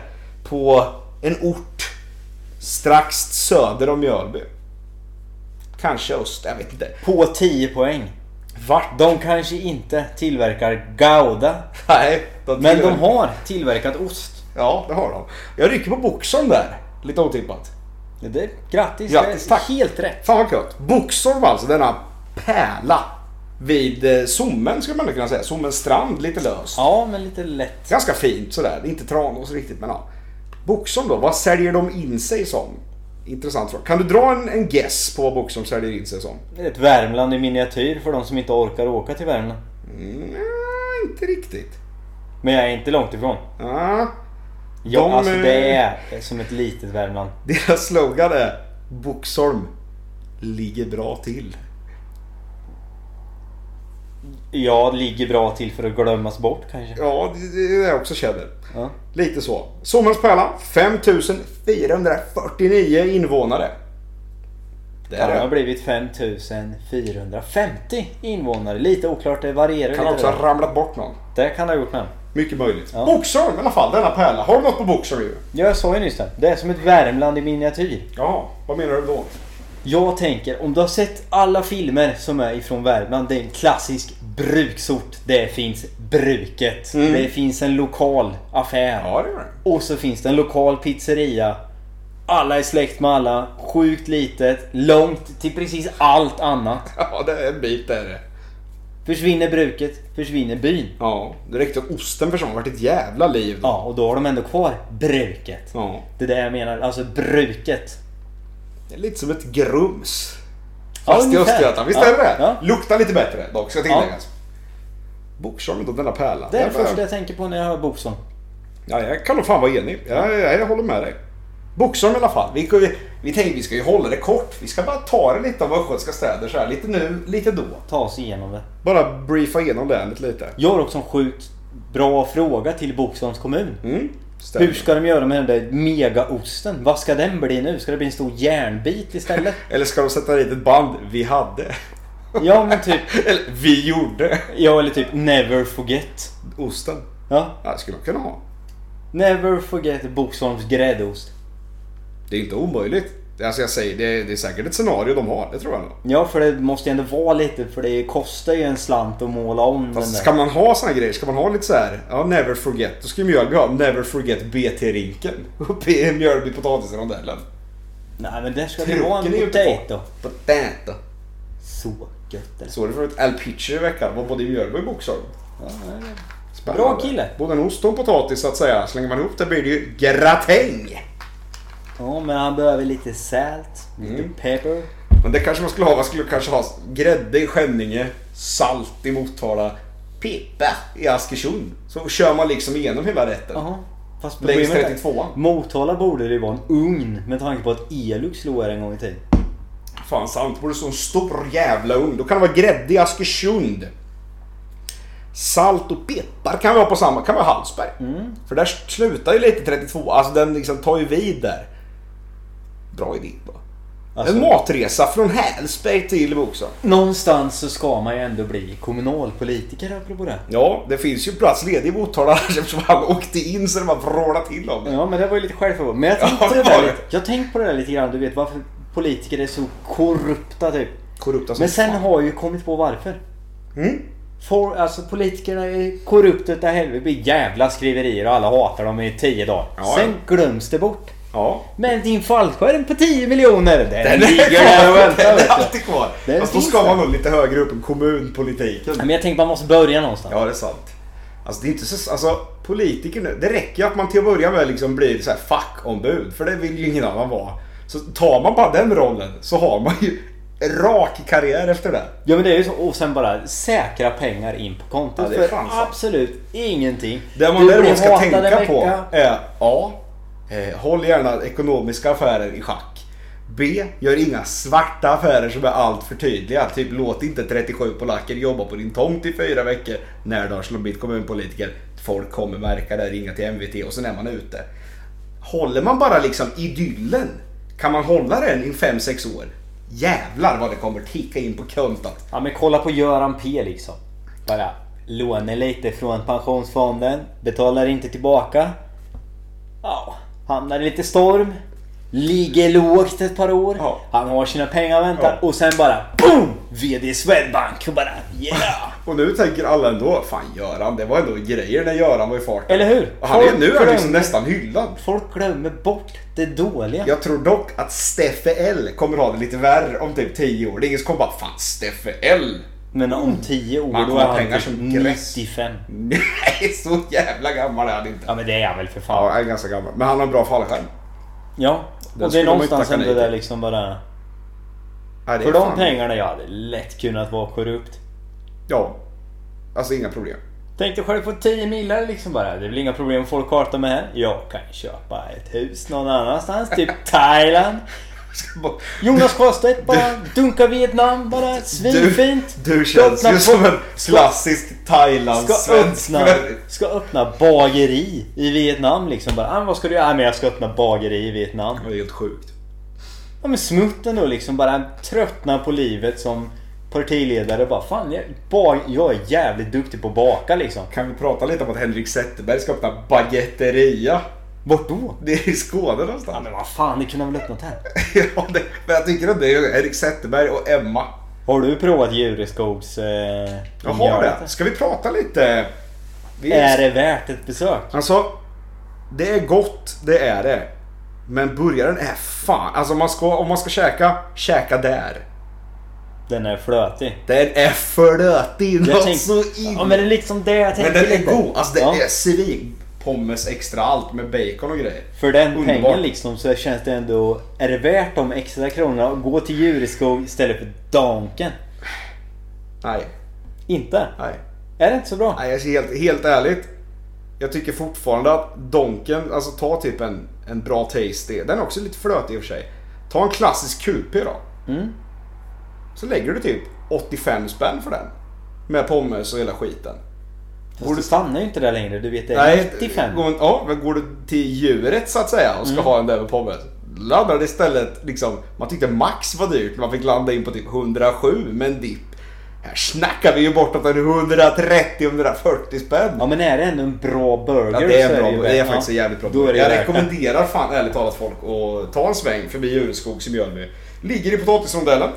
S1: på en ort strax söder om Mjölby. Kanske öst, jag vet inte.
S2: På 10 poäng.
S1: Vart?
S2: De kanske inte tillverkar Gouda.
S1: Nej, de
S2: Men de har tillverkat ost.
S1: Ja, det har de. Jag rycker på boxen där. Lite otippat.
S2: Ja, Det är, grattis,
S1: Grattis,
S2: det är
S1: tack.
S2: helt rätt.
S1: Fan vad gött. Boxholm alltså, denna pärla vid eh, Sommen skulle man nog kunna säga. Sommens strand lite löst.
S2: Ja, men lite lätt.
S1: Ganska fint sådär. Inte Tranås riktigt men ja. Boxholm då, vad säljer de in sig som? Intressant fråga. Kan du dra en, en guess på vad Boxholm säljer in sig som?
S2: Det är Ett Värmland i miniatyr för de som inte orkar åka till Värmland.
S1: Mm, nej, inte riktigt.
S2: Men jag är inte långt ifrån.
S1: Ja,
S2: Ja,
S1: De,
S2: alltså
S1: eh,
S2: det är som ett litet Värmland.
S1: deras slogan är Boxholm ligger bra till.
S2: Jag ligger bra till för att glömmas bort kanske.
S1: Ja, det det är det jag också känner.
S2: Ja.
S1: Lite så. Sommarens pärla, 5449 invånare. Det
S2: Det har
S1: är det.
S2: blivit 5450 invånare. Lite oklart, det varierar
S1: Kan
S2: lite.
S1: också
S2: där.
S1: ha ramlat bort någon.
S2: Det kan det ha gjort med.
S1: Mycket möjligt.
S2: Ja.
S1: Boxholm i alla fall, denna pärla. Har du något på Boxholm ju?
S2: Jag sa ju nyss det. Det är som ett Värmland i miniatyr.
S1: Ja, vad menar du då?
S2: Jag tänker, om du har sett alla filmer som är ifrån Värmland. Det är en klassisk bruksort. Det finns bruket.
S1: Mm.
S2: Det finns en lokal affär.
S1: Ja, det gör det.
S2: Och så finns det en lokal pizzeria. Alla är släkt med alla. Sjukt litet. Långt till precis allt annat.
S1: Ja, det är en bit det är det.
S2: Försvinner bruket, försvinner byn.
S1: Ja, det räckte att osten försvann. Det vart ett jävla liv.
S2: Ja, och då har de ändå kvar bruket.
S1: ja.
S2: Det är det jag menar, alltså bruket.
S1: Det är lite som ett grums.
S2: Ja,
S1: Fast i
S2: ungefär.
S1: Östergötland. Visst
S2: Ja,
S1: är det det?
S2: ja.
S1: Luktar lite bättre dock, ska tilläggas. Boxholm då, denna pärla.
S2: Det är det
S1: Jag bara-
S2: första jag tänker på när jag hör Boxholm.
S1: Ja, jag kan nog fan vara enig. Jag, jag, jag håller med dig. Boxholm i alla fall. Vi, vi, vi tänkte vi ska ju hålla det kort. Vi ska bara ta det lite av östgötska städer så här. Lite nu, lite då.
S2: Ta oss igenom det.
S1: Bara briefa igenom länet lite.
S2: Jag har också en sjukt bra fråga till Boxholms kommun.
S1: Mm, stämmer.
S2: Hur ska de göra med den där megaosten? Vad ska den bli nu? Ska det bli en stor järnbit istället?
S1: Eller ska de sätta dit ett band? Vi hade.
S2: Ja men typ,
S1: Eller vi gjorde.
S2: ja eller typ never forget.
S1: Osten.
S2: Ja,
S1: Ja, det skulle de kunna ha.
S2: Never forget Boxholms gräddost.
S1: Det är inte omöjligt. Det- Alltså jag säger, det, det är säkert ett scenario de har. Det tror jag nog.
S2: Ja, för det måste ju ändå vara lite, för det kostar ju en slant att måla om
S1: Fast
S2: den
S1: ska
S2: där.
S1: man ha såna grejer? Ska man ha lite så här, ja never forget. Då ska ju Mjölby ha never forget BT-rinken. Uppe i Mjölby potatisrondellen.
S2: Nej, men där ska det vara en
S1: Trycken är ju inte
S2: potato.
S1: på. Potato.
S2: Så gött eller?
S1: Såg du förut Al Pitcher i veckan? Var både i Mjölby och Boxholm. Spännande.
S2: Bra kille.
S1: Både en ost och en potatis så att säga. Slänger man ihop det blir det ju gratäng.
S2: Ja, men han behöver lite salt,
S1: Mm.
S2: lite pepper.
S1: Men det kanske man skulle ha. Man skulle kanske ha grädde i Skänninge, salt i Motala, pippa i Askersund. Så kör man liksom igenom hela rätten.
S2: Jaha. Fast
S1: Längs
S2: problemet är-
S1: 32an.
S2: Motala borde det ju vara en ugn med tanke på att Elux låg här en gång i tiden.
S1: Fan sant, borde stå en stor jävla ugn. Då kan det vara grädde i Askersund. Salt och peppar kan vara på samma, kan vara Hallsberg.
S2: Mm.
S1: För där slutar ju lite 32, alltså den liksom tar ju vid där. Bra idé då.
S2: Alltså-
S1: en matresa från Hallsberg till Bokstav.
S2: Någonstans så ska man ju ändå bli kommunalpolitiker apropå det.
S1: Ja, det finns ju plats ledig i Motala eftersom han åkte in så det bara vrålade till om det.
S2: Ja men det var ju lite självförvållande. Men jag tänkte
S1: Ja,
S2: på
S1: det
S2: det
S1: var
S2: där
S1: det.
S2: lite. Jag har tänkt på det där lite grann. Du vet varför politiker är så korrupta typ.
S1: Korrupta som
S2: Men sen
S1: fan.
S2: har jag ju kommit på varför.
S1: Mm.
S2: For, alltså politikerna är korrupta utav helvete. Det blir jävla skriverier och alla hatar dem i tio dagar.
S1: Ja,
S2: sen glöms det bort.
S1: Ja.
S2: Men din fallskärm på 10 miljoner. Den,
S1: Den
S2: ligger
S1: är
S2: där och
S1: kvar.
S2: väntar.
S1: Den är
S2: Vet du.
S1: alltid kvar.
S2: Den
S1: Fast då
S2: finns
S1: ska
S2: där.
S1: man nog lite högre upp än kommunpolitiken.
S2: Men jag tänkte man måste börja någonstans.
S1: Ja, det är sant. Alltså, det är inte så, alltså politiker nu. Det räcker ju att man till att börja med liksom blir så här fackombud. För det vill ju ingen annan vara. Så tar man bara den rollen så har man ju rak karriär efter det.
S2: Ja men det är ju så. Och sen bara säkra pengar in på kontot.
S1: Ja, det är
S2: för
S1: fan sant.
S2: absolut ingenting.
S1: Det man
S2: Du blir
S1: däremot ska
S2: hatad en
S1: tänka på
S2: vecka.
S1: är A. Eh, håll gärna ekonomiska affärer i schack. B. Gör inga svarta affärer som är allt för tydliga. Typ låt inte 37 polacker jobba på din tomt i fyra veckor när du har slagit kommunpolitiker. Folk kommer märka det, ringa till MVT och sen är man ute. Håller man bara liksom idyllen, kan man hålla den i 5-6 år? Jävlar vad det kommer ticka in på kontot.
S2: Ja men kolla på Göran P liksom. Bara lånar lite från pensionsfonden, betalar inte tillbaka. Ja, hamnar i lite storm. Ligger lågt ett par år.
S1: Ja.
S2: Han har sina pengar och väntar
S1: Ja.
S2: och sen bara BOOM! VD Swedbank och bara yeah!
S1: Och nu tänker alla ändå, fan Göran, det var ändå grejer när Göran var i farten.
S2: Eller hur?
S1: Och han är, nu är han
S2: glömmer-
S1: liksom nästan hyllad.
S2: folk glömmer bort det dåliga.
S1: Jag tror dock att Steffe L kommer ha det lite värre om typ 10 år. Det är ingen som kommer bara Fan Steffe L!
S2: Men om 10 år
S1: Man
S2: då
S1: kommer
S2: är
S1: ha
S2: han
S1: pengar
S2: typ
S1: som gräs.
S2: 95.
S1: Nej, så jävla gammal är han inte.
S2: Ja men det är han väl för
S1: Ja,
S2: fan.
S1: han är ganska gammal. Men han har en bra fallskärm.
S2: Ja,
S1: Den
S2: och det
S1: skulle
S2: är
S1: man ju
S2: någonstans
S1: tacka
S2: ändå
S1: nej
S2: där
S1: till.
S2: liksom bara...
S1: Ja, det är
S2: För de
S1: fan-
S2: pengarna jag hade lätt kunnat vara korrupt.
S1: Ja. Alltså inga problem.
S2: Tänk dig själv på 10 millar liksom bara. Det är väl inga problem om folk kartar med här. Jag kan köpa ett hus någon annanstans, typ Thailand.
S1: Ska bara-
S2: Jonas Sjöstedt bara dunkar Vietnam bara. Svinfint.
S1: Du, du
S2: Ska
S1: känns
S2: öppna
S1: ju som en
S2: ska-
S1: klassisk
S2: Ska
S1: thailandssvensk.
S2: öppna, ska öppna bageri i Vietnam liksom bara. Ah, vad ska du göra? Ah, men jag ska öppna bageri i Vietnam.
S1: Det var helt sjukt.
S2: Ja men smutten då liksom bara tröttnar på livet som partiledare bara. Fan jag, bag, jag är jävligt duktig på att baka liksom.
S1: Kan vi prata lite om att Henrik Zetterberg ska öppna baguetteria?
S2: Vart då?
S1: Det är i Skåne
S2: Ja
S1: någonstans.
S2: men vad fan, det kunde han väl öppnat här?
S1: Ja, det, men jag tycker att det är Henrik Zetterberg och Emma.
S2: Har du provat Jureskogs... Eh,
S1: Jag har
S2: mjölet?
S1: det. Ska vi prata lite? Vi
S2: Är det värt ett besök?
S1: Alltså, det är gott, det är det. Men burgaren är fan... Alltså om man ska, om man ska käka, käka där.
S2: Den är flötig.
S1: Den är flötig
S2: Jag
S1: något
S2: tänkte-
S1: så in...
S2: ja men det är liksom det jag
S1: men
S2: tänker
S1: den är
S2: lite.
S1: god. Alltså det
S2: Ja,
S1: är svin. Pommes extra allt med bacon och grejer.
S2: För den
S1: underbart.
S2: pengen liksom så känns det ändå... Är det värt de extra kronorna att gå till Jureskog istället för Donken?
S1: Nej,
S2: Inte?
S1: nej.
S2: Är det inte så bra?
S1: Nej, jag helt, helt ärligt. Jag tycker fortfarande att Donken, alltså ta typ en, en bra tasty. Den är också lite flötig i och för sig. Ta en klassisk QP då.
S2: Mm.
S1: Så lägger du typ 85 spänn för den. Med pommes och hela skiten.
S2: Fast du stannar ju inte där längre. Du vet det är
S1: Nej,
S2: 95.
S1: Går, ja, men går du till djuret så att säga och ska
S2: Mm.
S1: ha en där med pommes. Laddar det istället liksom. Man tyckte max var dyrt. Man fick landa in på typ 107 med en dipp. Här snackar vi ju bortåt en 130-140 spänn.
S2: Ja men är det ändå en bra burger
S1: Ja, det är,
S2: så
S1: en bra,
S2: ju
S1: det är
S2: värt-
S1: faktiskt
S2: ja.
S1: en jävligt bra
S2: Då är det
S1: Jag
S2: värt det.
S1: rekommenderar fan ärligt talat folk att ta en sväng förbi Djurskogs i Mjölby. Ligger i potatisrondellen.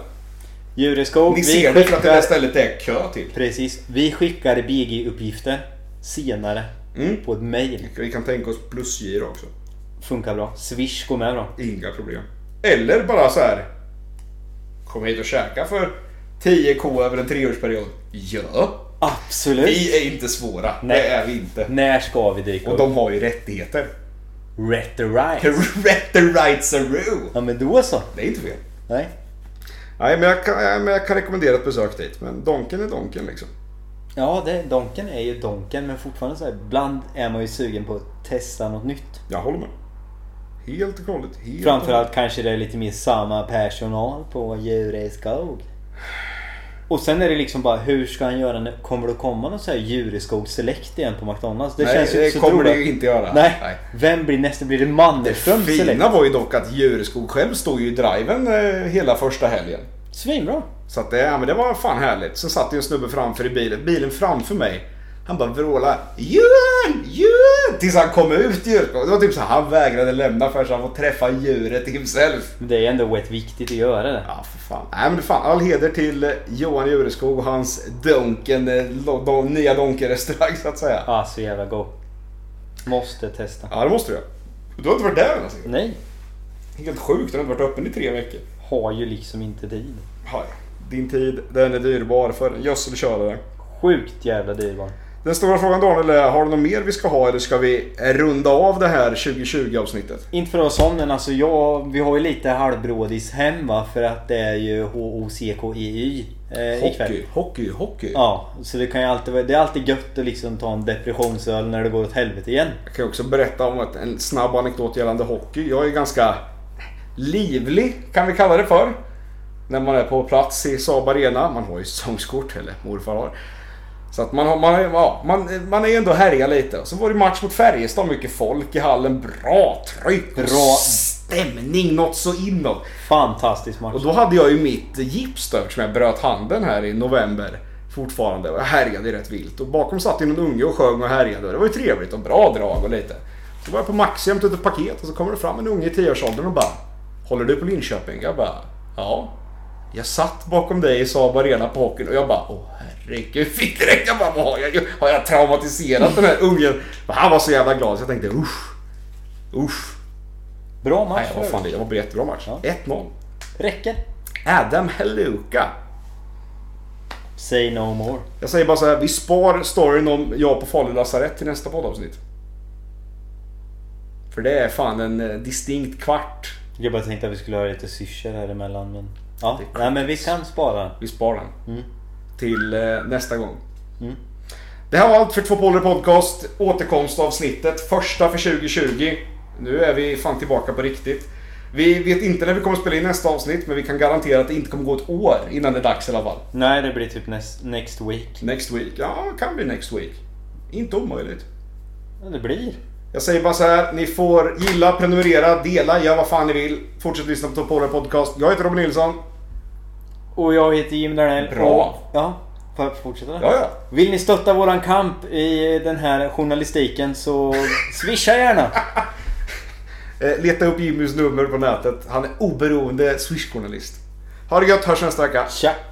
S2: Jureskog,
S1: Ni
S2: vi
S1: ser det för att det
S2: skickar...
S1: där stället är kö till.
S2: Precis. Vi skickar BG-uppgifter senare
S1: Mm.
S2: på ett mail.
S1: Vi kan tänka oss plusgiro också.
S2: Funkar bra. Swish går med bra.
S1: Inga problem. Eller bara så här. Kom hit och käka för 10k över en treårsperiod. Ja.
S2: Absolut.
S1: Vi är inte svåra. Det
S2: Nej.
S1: är vi inte.
S2: När ska vi dyka
S1: Och
S2: upp?
S1: de har ju rättigheter.
S2: Rätt och right.
S1: Rätt the rights are rule.
S2: Ja men då så.
S1: Det är inte fel.
S2: Nej.
S1: Nej, men jag kan, ja, men jag kan rekommendera ett besök dit. Men Donken är Donken liksom.
S2: Ja, det, donken är ju donken men fortfarande så här, ibland är man ju sugen på att testa något nytt.
S1: Jag håller med. Helt och hållet. Helt
S2: Framförallt kanske det är lite mer samma personal på Djureskog.
S1: och
S2: Och sen är det liksom bara, hur ska han göra? när- Kommer det komma någon sån här Jureskog Select igen på McDonalds? Det
S1: Nej,
S2: känns ju
S1: det
S2: inte så
S1: kommer det
S2: troligt.
S1: ju inte göra.
S2: Nej.
S1: Nej.
S2: Vem blir nästa? Blir det
S1: Det
S2: Mannerström Select?
S1: fina var ju dock att Jureskog själv stod ju i driven eh, hela första helgen.
S2: Svinbra!
S1: Så att det, ja, men det var fan härligt. Sen satt ju en snubbe framför i bilen, bilen framför mig. Han bara vrålade Djuren! Djuren! Tills han kom ut djur. Det var typ så här, han vägrade lämna förrän han får träffa djuret himself.
S2: Men det är ändå rätt viktigt att göra det.
S1: Ja, för fan. Nej men fan, all heder till eh, Johan Jureskog och hans Donken, eh, lo- don- nya Donken-restaurang så att säga.
S2: Ah, så jävla go. Måste testa.
S1: Ja, det måste du göra. Du har inte varit där än alltså.
S2: Nej,
S1: Helt sjukt, den har inte varit öppen i tre veckor.
S2: har ju liksom inte tid.
S1: Haj. Din tid, den är dyrbar för en gödselkörare.
S2: Sjukt jävla dyrbar.
S1: Den stora frågan Daniel är, har du något mer vi ska ha eller ska vi runda av det här 2020 avsnittet?
S2: Inte för att vara sån men alltså jag, vi har ju lite halvbrådis hem va för att det är ju HOCKEY eh, ikväll.
S1: hockey, hockey.
S2: Ja, så det kan ju alltid vara, det är alltid gött att liksom ta en depressionsöl när det går åt helvete igen.
S1: Jag kan ju också berätta om ett, en snabb anekdot gällande hockey. Jag är ganska livlig, kan vi kalla det för. När man är på plats i Saab Arena. Man har ju säsongskort, eller morfar har. Så att man, har, man, har- ja, man, man är ju ändå härja lite. Och så var det match mot Färjestad, mycket folk i hallen. Bra tryck, och
S2: Bra.
S1: stämning, något så inåt.
S2: Fantastisk
S1: Och
S2: match.
S1: då hade jag ju mitt gips då eftersom jag bröt handen här i november fortfarande. Och jag härjade ju rätt vilt. Och bakom satt ju någon unge och sjöng och härjade. Och det var ju trevligt och bra drag och lite. Så var jag på Maxi och hämtade ett paket och så kommer det fram en unge i 10-årsåldern och bara Håller du på Linköping? Jag bara Ja. Jag satt bakom dig i Saab Arena på hockeyn och jag bara Åh herregud, fick direkt jag bara vad har jag gjort? Har jag traumatiserat den här ungen? Men Han var så jävla glad så jag tänkte usch. Usch.
S2: Bra match
S1: Nej, vad fan det
S2: för
S1: var en jättebra match.
S2: Ja.
S1: 1-0.
S2: Räcker.
S1: Adam Heluka.
S2: Say no more.
S1: Jag säger bara så här, vi spar storyn om jag på Falu lasarett till nästa poddavsnitt. För det är fan en eh, distinkt kvart.
S2: Jag bara tänkte att vi skulle ha lite syrsor här emellan men... Ja,
S1: Det är
S2: nej men vi kan spara.
S1: Vi spar den.
S2: Mm.
S1: Till eh, nästa gång.
S2: Mm.
S1: Det här var allt för Två Poller Podcast. Återkomstavsnittet. Första för 2020. Nu är vi fan tillbaka på riktigt. Vi vet inte när vi kommer spela in nästa avsnitt, men vi kan garantera att det inte kommer gå ett år innan det är dags i alla fall.
S2: Nej, det blir typ next, next week.
S1: Next week. Ja, kan bli next week. Inte omöjligt.
S2: Ja, det blir.
S1: Jag säger bara så här, ni får gilla, prenumerera, dela, gör vad fan ni vill. Fortsätt lyssna på Topola Podcast. Jag heter Robin Nilsson.
S2: Och jag heter Jim Darnell.
S1: Bra.
S2: Och, ja, får jag fortsätta?
S1: Ja, ja.
S2: Vill ni stötta våran kamp i den här journalistiken så swisha gärna.
S1: Eh, Leta upp Jimmys nummer på nätet. Han är oberoende swishjournalist. Ha det gött, hörs nästa vecka.
S2: Tja!